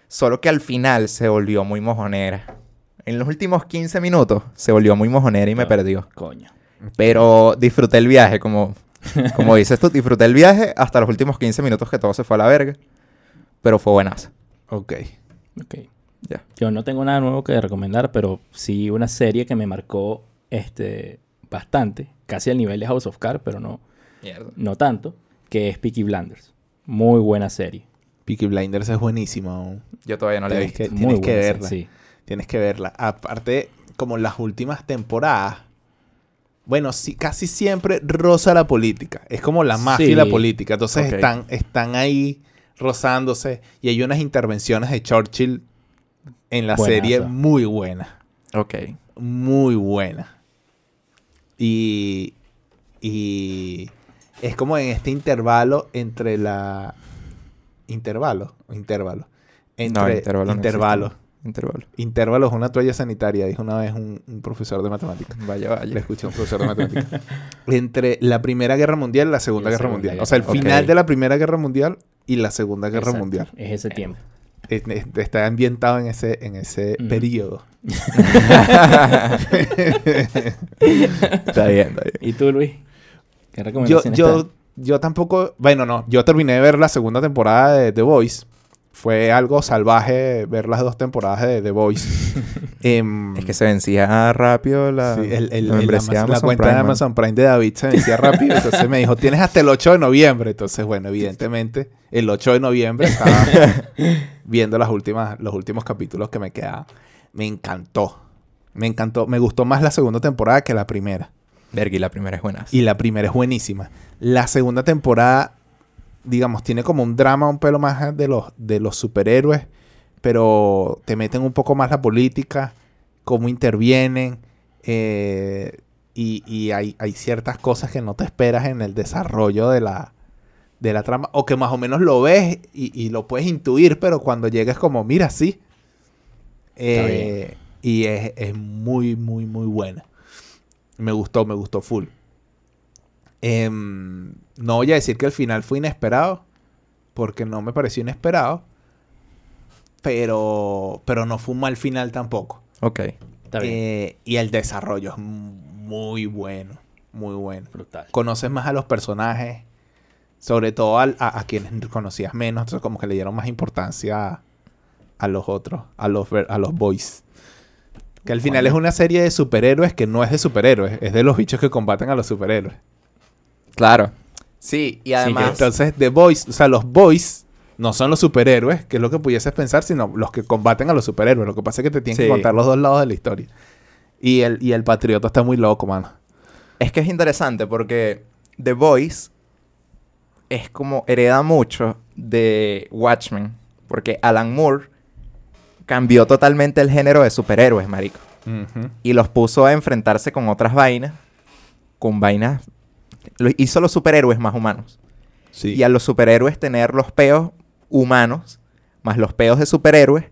Speaker 5: Solo que al final se volvió muy mojonera. En los últimos 15 minutos se volvió muy mojonera y me
Speaker 1: Ah,
Speaker 5: perdió.
Speaker 1: Coño.
Speaker 5: Pero disfruté el viaje, como, como dices tú, disfruté el viaje hasta los últimos 15 minutos que todo se fue a la verga. Pero fue buenazo.
Speaker 4: Ok.
Speaker 1: Ok.
Speaker 5: Ya.
Speaker 1: Yo no tengo nada nuevo que recomendar, pero sí una serie que me marcó este, bastante, casi al nivel de House of Cards, pero no, no tanto, que es Peaky Blinders. Muy buena serie.
Speaker 4: Peaky Blinders es buenísimo. aún.
Speaker 5: Yo todavía no la he
Speaker 4: Tenés
Speaker 5: visto.
Speaker 4: que-
Speaker 1: Muy
Speaker 4: tienes que
Speaker 1: buena serie,
Speaker 4: verla.
Speaker 1: sí.
Speaker 4: Tienes que verla. Aparte, como las últimas temporadas, bueno, sí, casi siempre roza la política. Es como la mafia y la
Speaker 1: Sí.
Speaker 4: política. Entonces
Speaker 5: Ok.
Speaker 4: están, están ahí rozándose. Y hay unas intervenciones de Churchill en la
Speaker 1: Buenazo.
Speaker 4: serie muy buenas.
Speaker 5: Ok.
Speaker 4: muy buena. Y, y es como en este intervalo entre la... Intervalo, o intervalo. Entre,
Speaker 5: no, intervalo. no
Speaker 4: intervalo.
Speaker 5: existe. intervalo.
Speaker 4: Intervalo es una toalla sanitaria, dijo una vez un, un profesor de matemáticas.
Speaker 5: Vaya,
Speaker 4: Le
Speaker 5: vaya.
Speaker 4: escuché a un profesor de matemáticas. Entre la Primera Guerra Mundial y la Segunda
Speaker 1: Y la
Speaker 4: Guerra
Speaker 1: Segunda
Speaker 4: Mundial.
Speaker 1: Guerra
Speaker 4: O sea, el
Speaker 5: Mundial.
Speaker 4: final
Speaker 5: Ok.
Speaker 4: de la Primera Guerra Mundial y la Segunda Guerra
Speaker 1: Exacto.
Speaker 4: Mundial.
Speaker 1: Es ese tiempo.
Speaker 4: Es- es- está ambientado en ese, en ese
Speaker 1: Ujú.
Speaker 4: periodo.
Speaker 5: está bien, está bien.
Speaker 1: ¿Y tú, Luis? ¿Qué
Speaker 4: yo,
Speaker 1: recomendaciones te
Speaker 4: yo,
Speaker 1: dan?
Speaker 4: yo tampoco. Bueno, no. Yo terminé de ver la segunda temporada de The Voice. Fue algo salvaje ver las dos temporadas de The Voice. Em,
Speaker 5: Es que se vencía rápido la,
Speaker 4: sí, el- el- el-
Speaker 5: la
Speaker 4: la,
Speaker 5: membresía de
Speaker 4: Amazon- la
Speaker 5: Amazon
Speaker 4: cuenta
Speaker 5: Prime,
Speaker 4: de
Speaker 5: ¿no?
Speaker 4: Amazon Prime de David se vencía rápido. Entonces me dijo: Tienes hasta el 8 de noviembre. Entonces, bueno, evidentemente, el 8 de noviembre estaba viendo las últimas, los últimos capítulos que me quedaban. Me encantó. Me encantó. Me gustó más la segunda temporada que la primera.
Speaker 5: Verga, y la primera es buena.
Speaker 4: Y la primera es buenísima. La segunda temporada, digamos, tiene como un drama, un pelo más de los, de los superhéroes, pero te meten un poco más la política, cómo intervienen, eh, y, y hay, hay ciertas cosas que no te esperas en el desarrollo de la, de la trama, o que más o menos lo ves y, y lo puedes intuir, pero cuando llegas como, mira, sí.
Speaker 1: Está
Speaker 4: Eh, y es, es muy, muy, muy buena. Me gustó, me gustó full. Em, no voy a decir que el final fue inesperado, porque no me pareció inesperado, pero, pero no fue un mal final tampoco.
Speaker 5: Ok.
Speaker 1: Está bien.
Speaker 4: Eh, y el desarrollo es muy bueno, muy bueno.
Speaker 1: Brutal.
Speaker 4: Conoces más a los personajes, sobre todo al- a, a quienes conocías menos, entonces como que le dieron más importancia a, a los otros, a los, ver- a los boys. Que al final es una serie de superhéroes que no es de superhéroes, es de los bichos que combaten a los superhéroes.
Speaker 5: Claro. Sí, y además.
Speaker 4: Entonces, The Boys, o sea, los Boys no son los superhéroes, que es lo que pudieses pensar, sino los que combaten a los superhéroes. Lo que pasa es que te tienen
Speaker 5: Sí.
Speaker 4: que contar los dos lados de la historia. Y el, y el patriota está muy loco, mano.
Speaker 5: Es que es interesante porque The Voice es como hereda mucho de Watchmen. Porque Alan Moore cambió totalmente el género de superhéroes, marico. y los puso a enfrentarse con otras vainas, con vainas. Lo hizo a los superhéroes más humanos.
Speaker 4: Sí.
Speaker 5: Y a los superhéroes tener los peos humanos más los peos de superhéroes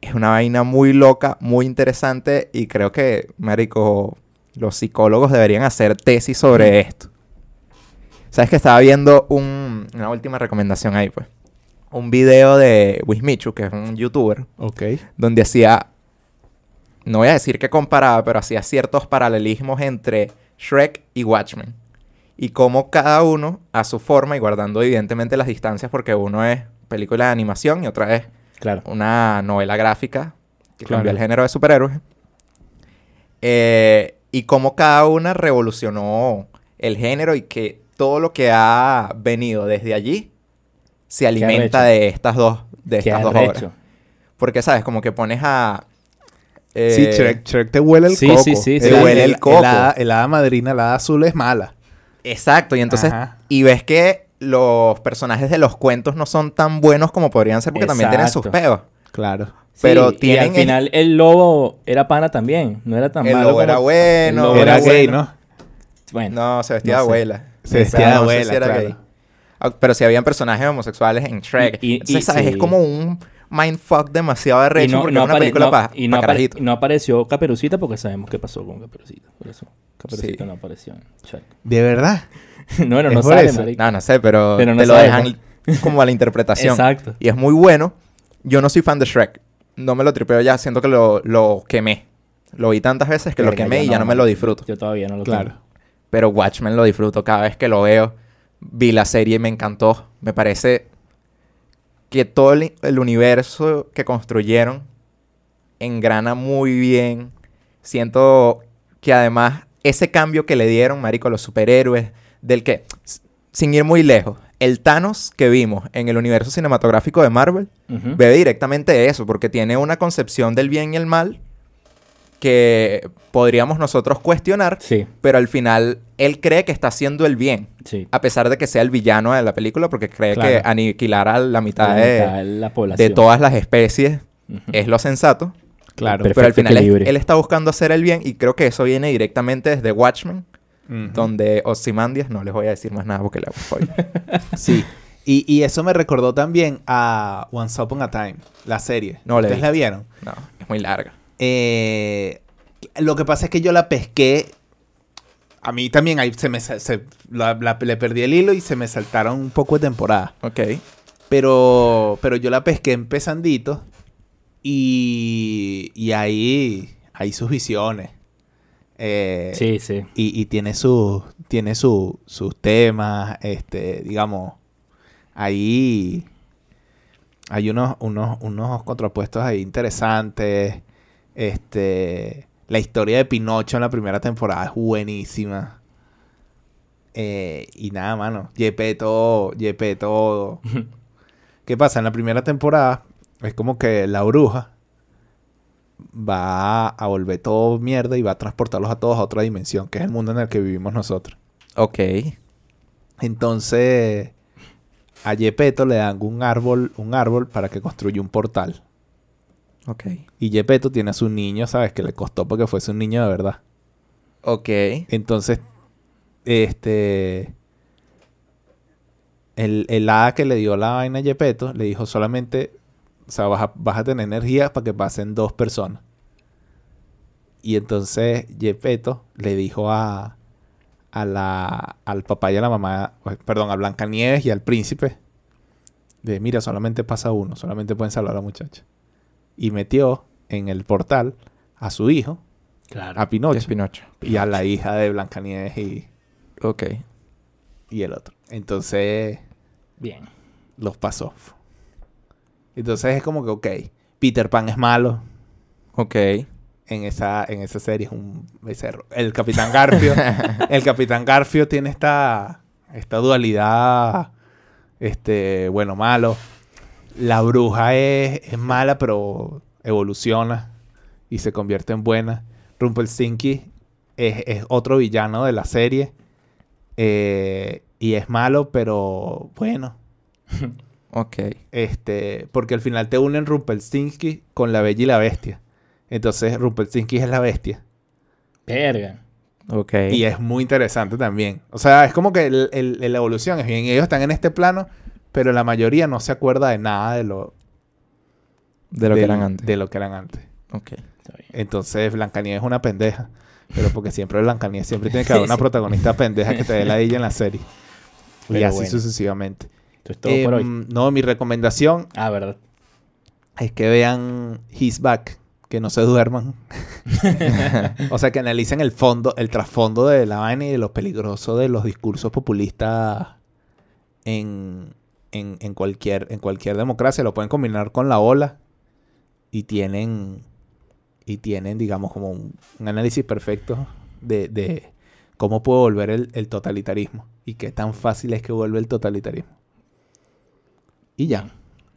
Speaker 5: es una vaina muy loca, muy interesante y creo que, marico, los psicólogos deberían hacer tesis sobre esto. Sabes que estaba viendo un- una última recomendación ahí, pues. Un video de Wismichu, que es un youtuber,
Speaker 4: Ok.
Speaker 5: donde hacía, no voy a decir que comparaba, pero hacía ciertos paralelismos entre Shrek y Watchmen. Y cómo cada uno, a su forma y guardando evidentemente las distancias, porque uno es película de animación y otra es
Speaker 1: Claro.
Speaker 5: una novela gráfica que
Speaker 4: Claro.
Speaker 5: cambió el género de superhéroes. Eh, y cómo cada una revolucionó el género y que todo lo que ha venido desde allí se alimenta
Speaker 1: arrecho.
Speaker 5: de estas dos, de
Speaker 1: Qué
Speaker 5: estas dos obras.
Speaker 1: arrecho.
Speaker 5: Porque, ¿sabes? Como que pones a... eh,
Speaker 4: sí, Shrek, Shrek te huele el
Speaker 1: sí,
Speaker 4: coco.
Speaker 1: sí, sí,
Speaker 5: sí. Te huele el coco.
Speaker 4: hada, el hada madrina, la hada azul es mala.
Speaker 5: Exacto. Y entonces...
Speaker 4: Ajá.
Speaker 5: Y ves que los personajes de los cuentos no son tan buenos como podrían ser porque también tienen sus
Speaker 1: Exacto.
Speaker 5: peos.
Speaker 4: Claro.
Speaker 5: Pero
Speaker 1: Sí,
Speaker 5: tienen
Speaker 1: y al final el lobo era pana también, no era tan
Speaker 5: El
Speaker 1: malo.
Speaker 5: lobo era
Speaker 1: como-
Speaker 5: bueno,
Speaker 1: el lobo
Speaker 4: Era
Speaker 1: era
Speaker 4: gay,
Speaker 1: bueno.
Speaker 4: ¿no?
Speaker 1: Bueno,
Speaker 5: No, se vestía
Speaker 1: No
Speaker 5: de
Speaker 1: sé.
Speaker 5: abuela.
Speaker 4: Se vestía de
Speaker 5: Esa- no sé
Speaker 4: abuela,
Speaker 5: si era
Speaker 4: claro.
Speaker 5: gay. Ah, Pero si habían personajes homosexuales en Shrek.
Speaker 1: Y- y-
Speaker 5: Entonces,
Speaker 1: y-
Speaker 5: ¿sabes?
Speaker 1: sí.
Speaker 5: Es como un mindfuck demasiado arrecho porque es una
Speaker 1: apare-
Speaker 5: película
Speaker 1: no-
Speaker 5: para
Speaker 1: y no apare-
Speaker 5: carajitos.
Speaker 1: y no apareció Caperucita porque sabemos qué pasó con Caperucita. Por eso Caperucita
Speaker 5: Sí.
Speaker 1: no apareció en Shrek.
Speaker 4: ¿De verdad?
Speaker 1: No, no,
Speaker 4: Es
Speaker 1: no
Speaker 4: por
Speaker 1: sale,
Speaker 4: eso.
Speaker 1: marico.
Speaker 5: No, no sé, pero,
Speaker 1: Pero no
Speaker 5: te lo
Speaker 1: sabemos.
Speaker 5: dejan como a la interpretación.
Speaker 1: Exacto.
Speaker 5: Y es muy bueno. Yo no soy fan de Shrek. No me lo tripeo ya. Siento que lo, lo quemé. Lo vi tantas veces que lo
Speaker 1: Verga,
Speaker 5: quemé
Speaker 1: yo
Speaker 5: y ya no me lo disfruto.
Speaker 1: Yo todavía no lo
Speaker 4: Claro.
Speaker 1: tengo.
Speaker 5: Pero Watchmen lo disfruto cada vez que lo veo. Vi la serie y me encantó. Me parece que todo el, el universo que construyeron engrana muy bien. Siento que además ese cambio que le dieron, marico, a los superhéroes, del que, s- sin ir muy lejos, el Thanos que vimos en el universo cinematográfico de Marvel,
Speaker 1: Ujú.
Speaker 5: bebe directamente de eso, porque tiene una concepción del bien y el mal que podríamos nosotros cuestionar,
Speaker 1: Sí,
Speaker 5: pero al final él cree que está haciendo el bien,
Speaker 1: sí.
Speaker 5: a pesar de que sea el villano de la película, porque cree
Speaker 4: Claro.
Speaker 5: que aniquilar a la mitad,
Speaker 1: La
Speaker 5: eh, de,
Speaker 1: mitad de la población.
Speaker 5: de todas las especies
Speaker 1: Ujú.
Speaker 5: es lo sensato,
Speaker 4: Claro.
Speaker 1: Pero-
Speaker 5: pero al
Speaker 1: Perfecto
Speaker 5: final es-
Speaker 1: equilibrio.
Speaker 5: él está buscando hacer el bien y creo que eso viene directamente desde Watchmen,
Speaker 4: Ujú.
Speaker 5: donde Ozymandias, no les voy a decir más nada porque le hago spoiler.
Speaker 4: Sí. Y, y eso me recordó también a Once Upon a Time, la serie.
Speaker 5: No la he
Speaker 4: ¿Ustedes la vieron?
Speaker 5: no, es muy larga.
Speaker 4: Eh, lo que pasa es que yo la pesqué. A mí también ahí se me, sa- se- la- la- le perdí el hilo y se me saltaron un poco de temporada.
Speaker 5: Ok.
Speaker 4: Pero, pero yo la pesqué empezandito y, y ahí hay sus visiones. Eh,
Speaker 1: Sí, sí.
Speaker 4: Y, y tiene, sus tiene su- sus temas, este, digamos, ahí hay unos, unos, unos contrapuestos ahí interesantes. Este, la historia de Pinocho en la primera temporada es buenísima. Eh, y nada, mano. Yepeto, Yepeto. ¿Qué pasa? En la primera temporada es como que la bruja va a volver todo mierda y va a transportarlos a todos a otra dimensión, que es el mundo en el que vivimos nosotros.
Speaker 5: Ok.
Speaker 4: Entonces, a Yepeto le dan un árbol, un árbol para que construya un portal.
Speaker 5: Ok.
Speaker 4: Y Yepeto tiene a su niño, ¿sabes? Que le costó porque fuese un niño de verdad.
Speaker 5: Ok.
Speaker 4: Entonces, este. El, el hada que le dio la vaina a Yepeto le dijo solamente. O sea, vas a, vas a tener energía para que pasen dos personas. Y entonces Yepeto le dijo a. a la, al papá y a la mamá. pues, Perdón, a Blancanieves y al príncipe. De mira, solamente pasa uno, solamente pueden salvar a la muchacha. Y metió en el portal a su hijo,
Speaker 1: Claro.
Speaker 4: a
Speaker 5: ¿Qué
Speaker 4: Pinocho.
Speaker 5: es Pinocho?
Speaker 4: Y a la hija de Blancanieves y,
Speaker 5: Ok.
Speaker 4: y el otro. Entonces
Speaker 1: Bien.
Speaker 4: los pasó. Entonces es como que, ok, Peter Pan es malo
Speaker 5: Ok.
Speaker 4: en esa, en esa serie. Es un becerro. El Capitán Garfio. el Capitán Garfio tiene esta, esta dualidad, este, bueno, malo. La bruja es, es mala, pero evoluciona y se convierte en buena. Rumpelstinky es, es otro villano de la serie. eh, y es malo, pero bueno.
Speaker 5: Ok.
Speaker 4: Este, porque al final te unen Rumpelstinky con la bella y la bestia. Entonces, Rumpelstinky es la bestia.
Speaker 1: Verga.
Speaker 5: Ok.
Speaker 4: Y es muy interesante también. O sea, es como que el- el- el- la evolución es bien. Ellos están en este plano, pero la mayoría no se acuerda de nada de lo,
Speaker 5: de lo que
Speaker 4: del-
Speaker 5: eran antes.
Speaker 4: de lo que eran antes.
Speaker 5: Ok.
Speaker 1: Está bien.
Speaker 4: Entonces, Blancanieves es una pendeja. Pero porque siempre Blancanieves siempre tiene que haber una protagonista pendeja que te dé la en la serie. y
Speaker 1: Pero
Speaker 4: así
Speaker 1: bueno.
Speaker 4: sucesivamente.
Speaker 1: Esto es todo por
Speaker 4: Em,
Speaker 1: hoy.
Speaker 4: No, mi recomendación
Speaker 1: Ah, verdad.
Speaker 4: es que vean His Back, que no se duerman. o sea, que analicen el fondo, el trasfondo de la vaina y de lo peligroso de los discursos populistas en, en- en cualquier, en cualquier democracia. Lo pueden combinar con la ola y tienen, y tienen digamos, como un, un análisis perfecto de, de cómo puede volver el, el totalitarismo y qué tan fácil es que vuelve el totalitarismo. Y ya.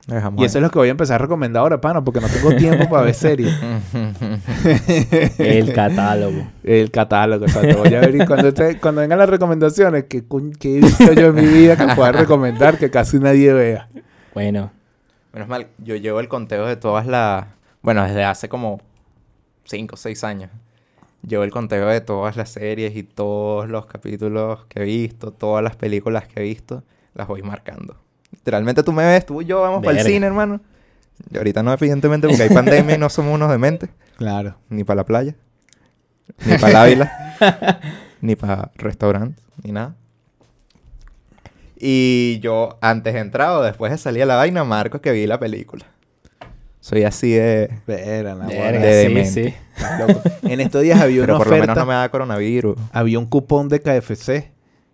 Speaker 5: Lo dejamos
Speaker 4: Y eso es lo que voy a empezar a recomendar ahora, pana, porque no tengo tiempo para ver series.
Speaker 5: ahí.
Speaker 1: El catálogo.
Speaker 4: El catálogo, o sea, te voy a ver y cuando, te- cuando vengan las recomendaciones, que, he visto yo en mi vida que pueda recomendar que casi nadie vea.
Speaker 1: Bueno,
Speaker 5: Menos mal, yo llevo el conteo de todas las... Bueno, desde hace como 5 o 6 años. Llevo el conteo de todas las series y todos los capítulos que he visto, todas las películas que he visto, las voy marcando. Literalmente tú me ves, tú y yo vamos para el
Speaker 1: Verga.
Speaker 5: cine, hermano. Y ahorita no, evidentemente, porque hay pandemia y no somos unos dementes.
Speaker 4: Claro.
Speaker 5: Ni para la playa. Ni para el Ávila. ni para restaurante. Ni nada. Y yo, antes de entrar o después de salir a la vaina, marco que vi la película. Soy así de...
Speaker 4: Verga, la
Speaker 1: Verga,
Speaker 4: buena.
Speaker 5: de
Speaker 1: sí,
Speaker 5: demente.
Speaker 1: sí.
Speaker 4: Loco. En estos días había una
Speaker 5: Pero por lo
Speaker 4: oferta.
Speaker 5: menos no me da coronavirus.
Speaker 4: Había un cupón de KFC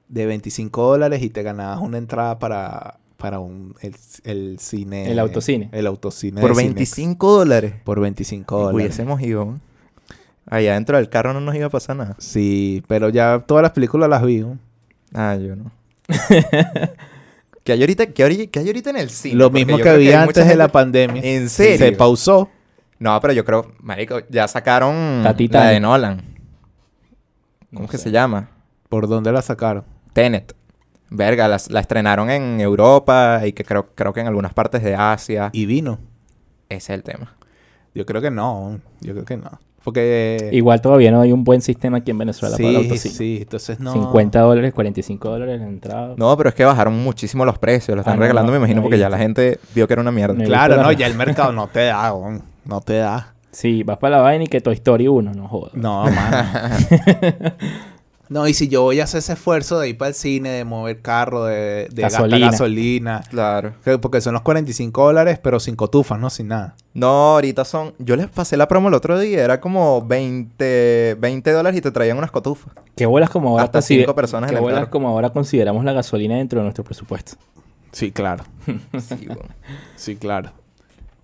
Speaker 4: de 25 dólares y te ganabas una entrada para, para un, el, el cine.
Speaker 1: El autocine.
Speaker 4: El autocine.
Speaker 5: Por
Speaker 4: de Cinex.
Speaker 5: 25 dólares.
Speaker 4: Por 25
Speaker 5: Y
Speaker 4: dólares.
Speaker 5: Hubiésemos ido. ¿no? Allá dentro del carro no nos iba a pasar nada.
Speaker 4: Sí, pero ya todas las películas las vi. ¿no?
Speaker 5: Ah, yo no. ¿Qué hay ahorita, qué hay- qué hay ahorita en el cine?
Speaker 4: Lo
Speaker 5: Porque
Speaker 4: mismo
Speaker 5: yo
Speaker 4: que
Speaker 5: creo
Speaker 4: había
Speaker 5: hay mucha
Speaker 4: antes de la
Speaker 5: gente-
Speaker 4: pandemia.
Speaker 5: ¿En serio?
Speaker 4: Se pausó.
Speaker 5: No, pero yo creo, marico, ya sacaron
Speaker 1: Está Titanic.
Speaker 5: la de Nolan. ¿Cómo
Speaker 1: No
Speaker 5: que
Speaker 1: sé.
Speaker 5: se llama?
Speaker 4: ¿Por dónde la sacaron?
Speaker 5: Tenet. Verga, las- la, estrenaron en Europa y que creo, creo que en algunas partes de Asia.
Speaker 4: Y vino.
Speaker 5: Ese es el tema.
Speaker 4: Yo creo que no. Yo creo que no. Porque.
Speaker 1: Igual todavía no hay un buen sistema aquí en Venezuela para el
Speaker 4: sí,
Speaker 1: autocine.
Speaker 4: sí, entonces no.
Speaker 1: 50 dólares, 45 dólares la entrada.
Speaker 5: No, pero es que bajaron muchísimo los precios. Lo están
Speaker 1: Ah, no,
Speaker 5: regalando,
Speaker 1: no,
Speaker 5: me
Speaker 1: no
Speaker 5: imagino,
Speaker 1: he
Speaker 5: porque ya
Speaker 1: visto.
Speaker 5: la gente vio que era una mierda.
Speaker 1: No he
Speaker 4: Claro,
Speaker 1: Película
Speaker 4: no,
Speaker 1: no.
Speaker 4: ya el mercado no te da, weón. no te da.
Speaker 1: Sí, vas para la vaina y que Toy Story 1, no jodas.
Speaker 4: No, mano. no, y si yo voy a hacer ese esfuerzo de ir para el cine, de mover carro, de, de gastar
Speaker 1: Gasolina.
Speaker 4: gasolina.
Speaker 5: Claro.
Speaker 4: que- Porque son los 45 dólares, pero sin cotufas, ¿no? Sin nada.
Speaker 5: No, ahorita son... Yo les pasé la promo el otro día. Era como 20, 20 dólares y te traían unas cotufas.
Speaker 1: Que bolas como ahora
Speaker 5: Hasta
Speaker 1: consider-
Speaker 5: cinco personas en
Speaker 1: qué
Speaker 5: el
Speaker 1: bolas
Speaker 5: carro.
Speaker 1: como ahora consideramos la gasolina dentro de nuestro presupuesto.
Speaker 4: Sí, claro.
Speaker 5: Sí, bueno.
Speaker 4: Sí, claro.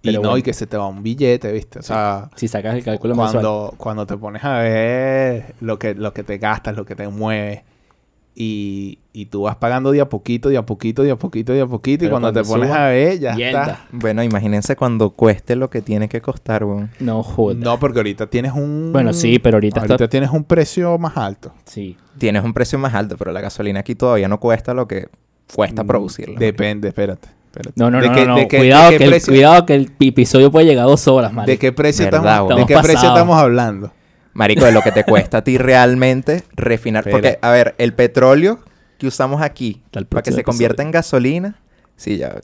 Speaker 4: y
Speaker 1: Pero
Speaker 4: no,
Speaker 1: bueno.
Speaker 4: y que se te va un billete, ¿viste? O sea,
Speaker 1: Si sacas el cálculo mensual.
Speaker 4: cuando, cuando te pones a ver lo que, lo que te gastas, lo que te mueve. Y, y tú vas pagando de a poquito, de a poquito, de a poquito, de a poquito. y
Speaker 1: Pero
Speaker 4: cuando, te
Speaker 1: cuando
Speaker 4: pones
Speaker 1: suba,
Speaker 4: a ver, ya
Speaker 1: yelda.
Speaker 4: está.
Speaker 5: Bueno, imagínense cuando cueste lo que tiene que costar, weón.
Speaker 1: No jodas.
Speaker 4: No, porque ahorita tienes un...
Speaker 1: Bueno, sí, pero ahorita está-
Speaker 4: tienes un precio más alto.
Speaker 1: Sí.
Speaker 5: Tienes un precio más alto, pero la gasolina aquí todavía no cuesta lo que cuesta
Speaker 4: Mm,
Speaker 5: producirla.
Speaker 4: Depende, espérate. espérate.
Speaker 1: No, no,
Speaker 4: ¿De
Speaker 1: no,
Speaker 4: qué-
Speaker 1: no, no.
Speaker 4: de qué-
Speaker 1: cuidado,
Speaker 4: de qué
Speaker 1: que el,
Speaker 4: precio-
Speaker 1: cuidado que el episodio puede llegar a dos horas, man.
Speaker 4: ¿De qué precio,
Speaker 5: Verdad,
Speaker 4: estamos,
Speaker 5: weón.
Speaker 4: ¿de qué
Speaker 1: Estamos
Speaker 4: precio
Speaker 1: pasados.
Speaker 4: estamos hablando?
Speaker 5: Marico, de lo que te cuesta a ti realmente refinar.
Speaker 4: Pero-
Speaker 5: Porque, a ver, el petróleo que usamos aquí
Speaker 1: Tal
Speaker 5: para que
Speaker 1: precio
Speaker 5: se
Speaker 1: de
Speaker 5: convierta
Speaker 1: petróleo.
Speaker 5: en gasolina. Sí, ya.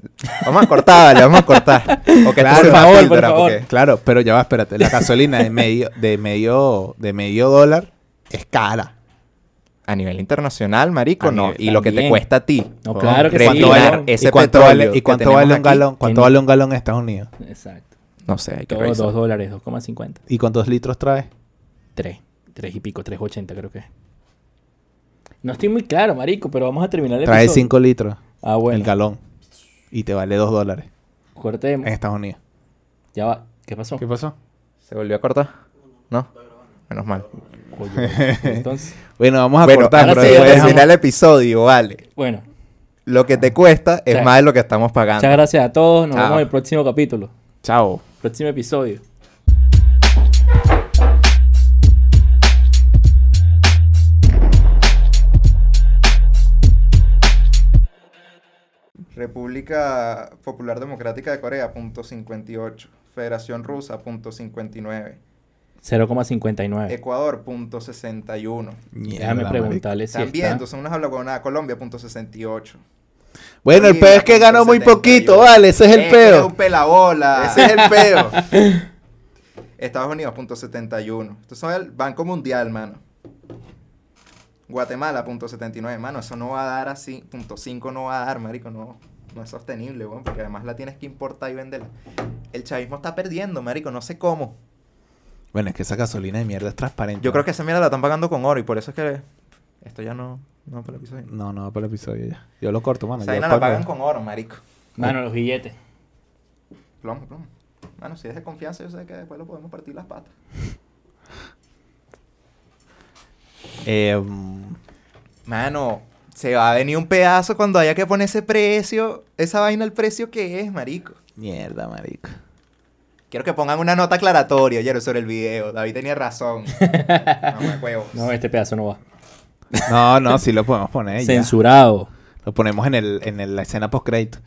Speaker 5: Vamos a cortar, le vamos a cortar. O que
Speaker 4: Claro.
Speaker 5: esto sea
Speaker 4: Por
Speaker 5: una
Speaker 1: favor, por
Speaker 5: píldora,
Speaker 1: favor.
Speaker 5: porque-
Speaker 4: Claro, pero ya va, espérate. La gasolina de medio, de medio, de medio dólar es cara.
Speaker 5: A nivel internacional, marico,
Speaker 1: A
Speaker 5: no.
Speaker 1: nivel
Speaker 5: y lo que te
Speaker 1: también.
Speaker 5: cuesta a ti.
Speaker 1: No,
Speaker 4: Weón,
Speaker 1: claro que sí.
Speaker 5: refinar
Speaker 1: weón.
Speaker 5: es- Ese
Speaker 4: ¿Y cuánto
Speaker 5: petróleo
Speaker 4: vale, ¿y
Speaker 5: que
Speaker 4: cuánto
Speaker 5: tenemos
Speaker 4: vale un
Speaker 5: aquí,
Speaker 4: galón? ¿Cuánto
Speaker 1: tiene-
Speaker 4: vale un galón en Estados Unidos?
Speaker 1: Exacto.
Speaker 5: No sé, hay que
Speaker 1: Todo
Speaker 5: revisar.
Speaker 1: 2 dólares, 2,50.
Speaker 4: ¿Y cuántos litros trae?
Speaker 1: 3. 3 y pico, 3,80 creo que es. No estoy muy claro, marico, pero vamos a terminar el
Speaker 4: Trae
Speaker 1: episodio.
Speaker 4: 5 litros
Speaker 1: Ah,
Speaker 4: el
Speaker 1: bueno.
Speaker 4: galón. Y te vale 2 dólares en
Speaker 1: Cortemos.
Speaker 4: Estados Unidos.
Speaker 1: Ya va. ¿Qué pasó?
Speaker 4: ¿Qué pasó?
Speaker 5: ¿Se volvió a cortar? No. Menos mal.
Speaker 1: Coño, vale. Entonces,
Speaker 4: Bueno, vamos a
Speaker 5: bueno,
Speaker 4: cortar,
Speaker 5: ahora
Speaker 4: pero
Speaker 5: sí,
Speaker 4: después
Speaker 5: al
Speaker 4: dejamos-
Speaker 5: final el episodio, vale.
Speaker 1: bueno.
Speaker 5: Lo que te cuesta es
Speaker 1: Sí.
Speaker 5: más de lo que estamos pagando.
Speaker 1: Muchas gracias a todos. Nos
Speaker 5: Chao.
Speaker 1: vemos en el próximo capítulo.
Speaker 4: Chao.
Speaker 1: Próximo episodio.
Speaker 5: República Popular Democrática de Corea, punto 58. Federación Rusa, punto 59.
Speaker 1: 0,59.
Speaker 5: Ecuador, punto 61.
Speaker 1: Déjame
Speaker 4: Mierda, marico.
Speaker 1: preguntarle si
Speaker 5: También,
Speaker 1: está.
Speaker 5: entonces una hablagonada. Colombia, punto 68.
Speaker 4: Bueno, el
Speaker 5: Bolivia,
Speaker 4: peo es que ganó muy
Speaker 5: 71.
Speaker 4: poquito, vale, ese es el
Speaker 5: Este Es
Speaker 4: peo.
Speaker 5: un pelabola. Ese es el peo. Estados Unidos, punto 71. Estos son el Banco Mundial, mano. Guatemala, punto 79. Mano, eso no va a dar así. Punto 5 no va a dar, marico. No, no es sostenible, weón. Porque además la tienes que importar y venderla. El chavismo está perdiendo, marico. No sé cómo.
Speaker 4: Bueno, es que esa gasolina de mierda es transparente.
Speaker 5: Yo creo que
Speaker 4: ¿no?
Speaker 5: esa mierda la están pagando con oro. Y por eso es que... Esto ya no... No, para el episodio.
Speaker 4: No, no, para el episodio ya. Yo lo corto, mano.
Speaker 5: Esa
Speaker 4: yo
Speaker 5: vaina la
Speaker 4: corto.
Speaker 5: pagan con oro, marico.
Speaker 1: Mano, los billetes.
Speaker 5: Plomo, plomo. Mano, si es de confianza, yo sé que después lo podemos partir las patas.
Speaker 4: Eh, mm,
Speaker 5: Mano, se va a venir un pedazo cuando haya que poner ese precio. Esa vaina, el precio que es, marico.
Speaker 4: mierda, marico.
Speaker 5: Quiero que pongan una nota aclaratoria, Yero, sobre el video. David tenía razón. Mamá huevos.
Speaker 1: No, este pedazo no va.
Speaker 4: No, no, sí lo podemos poner. Eh, ya.
Speaker 1: Censurado.
Speaker 4: Lo ponemos en, el, en el- la escena post-crédito.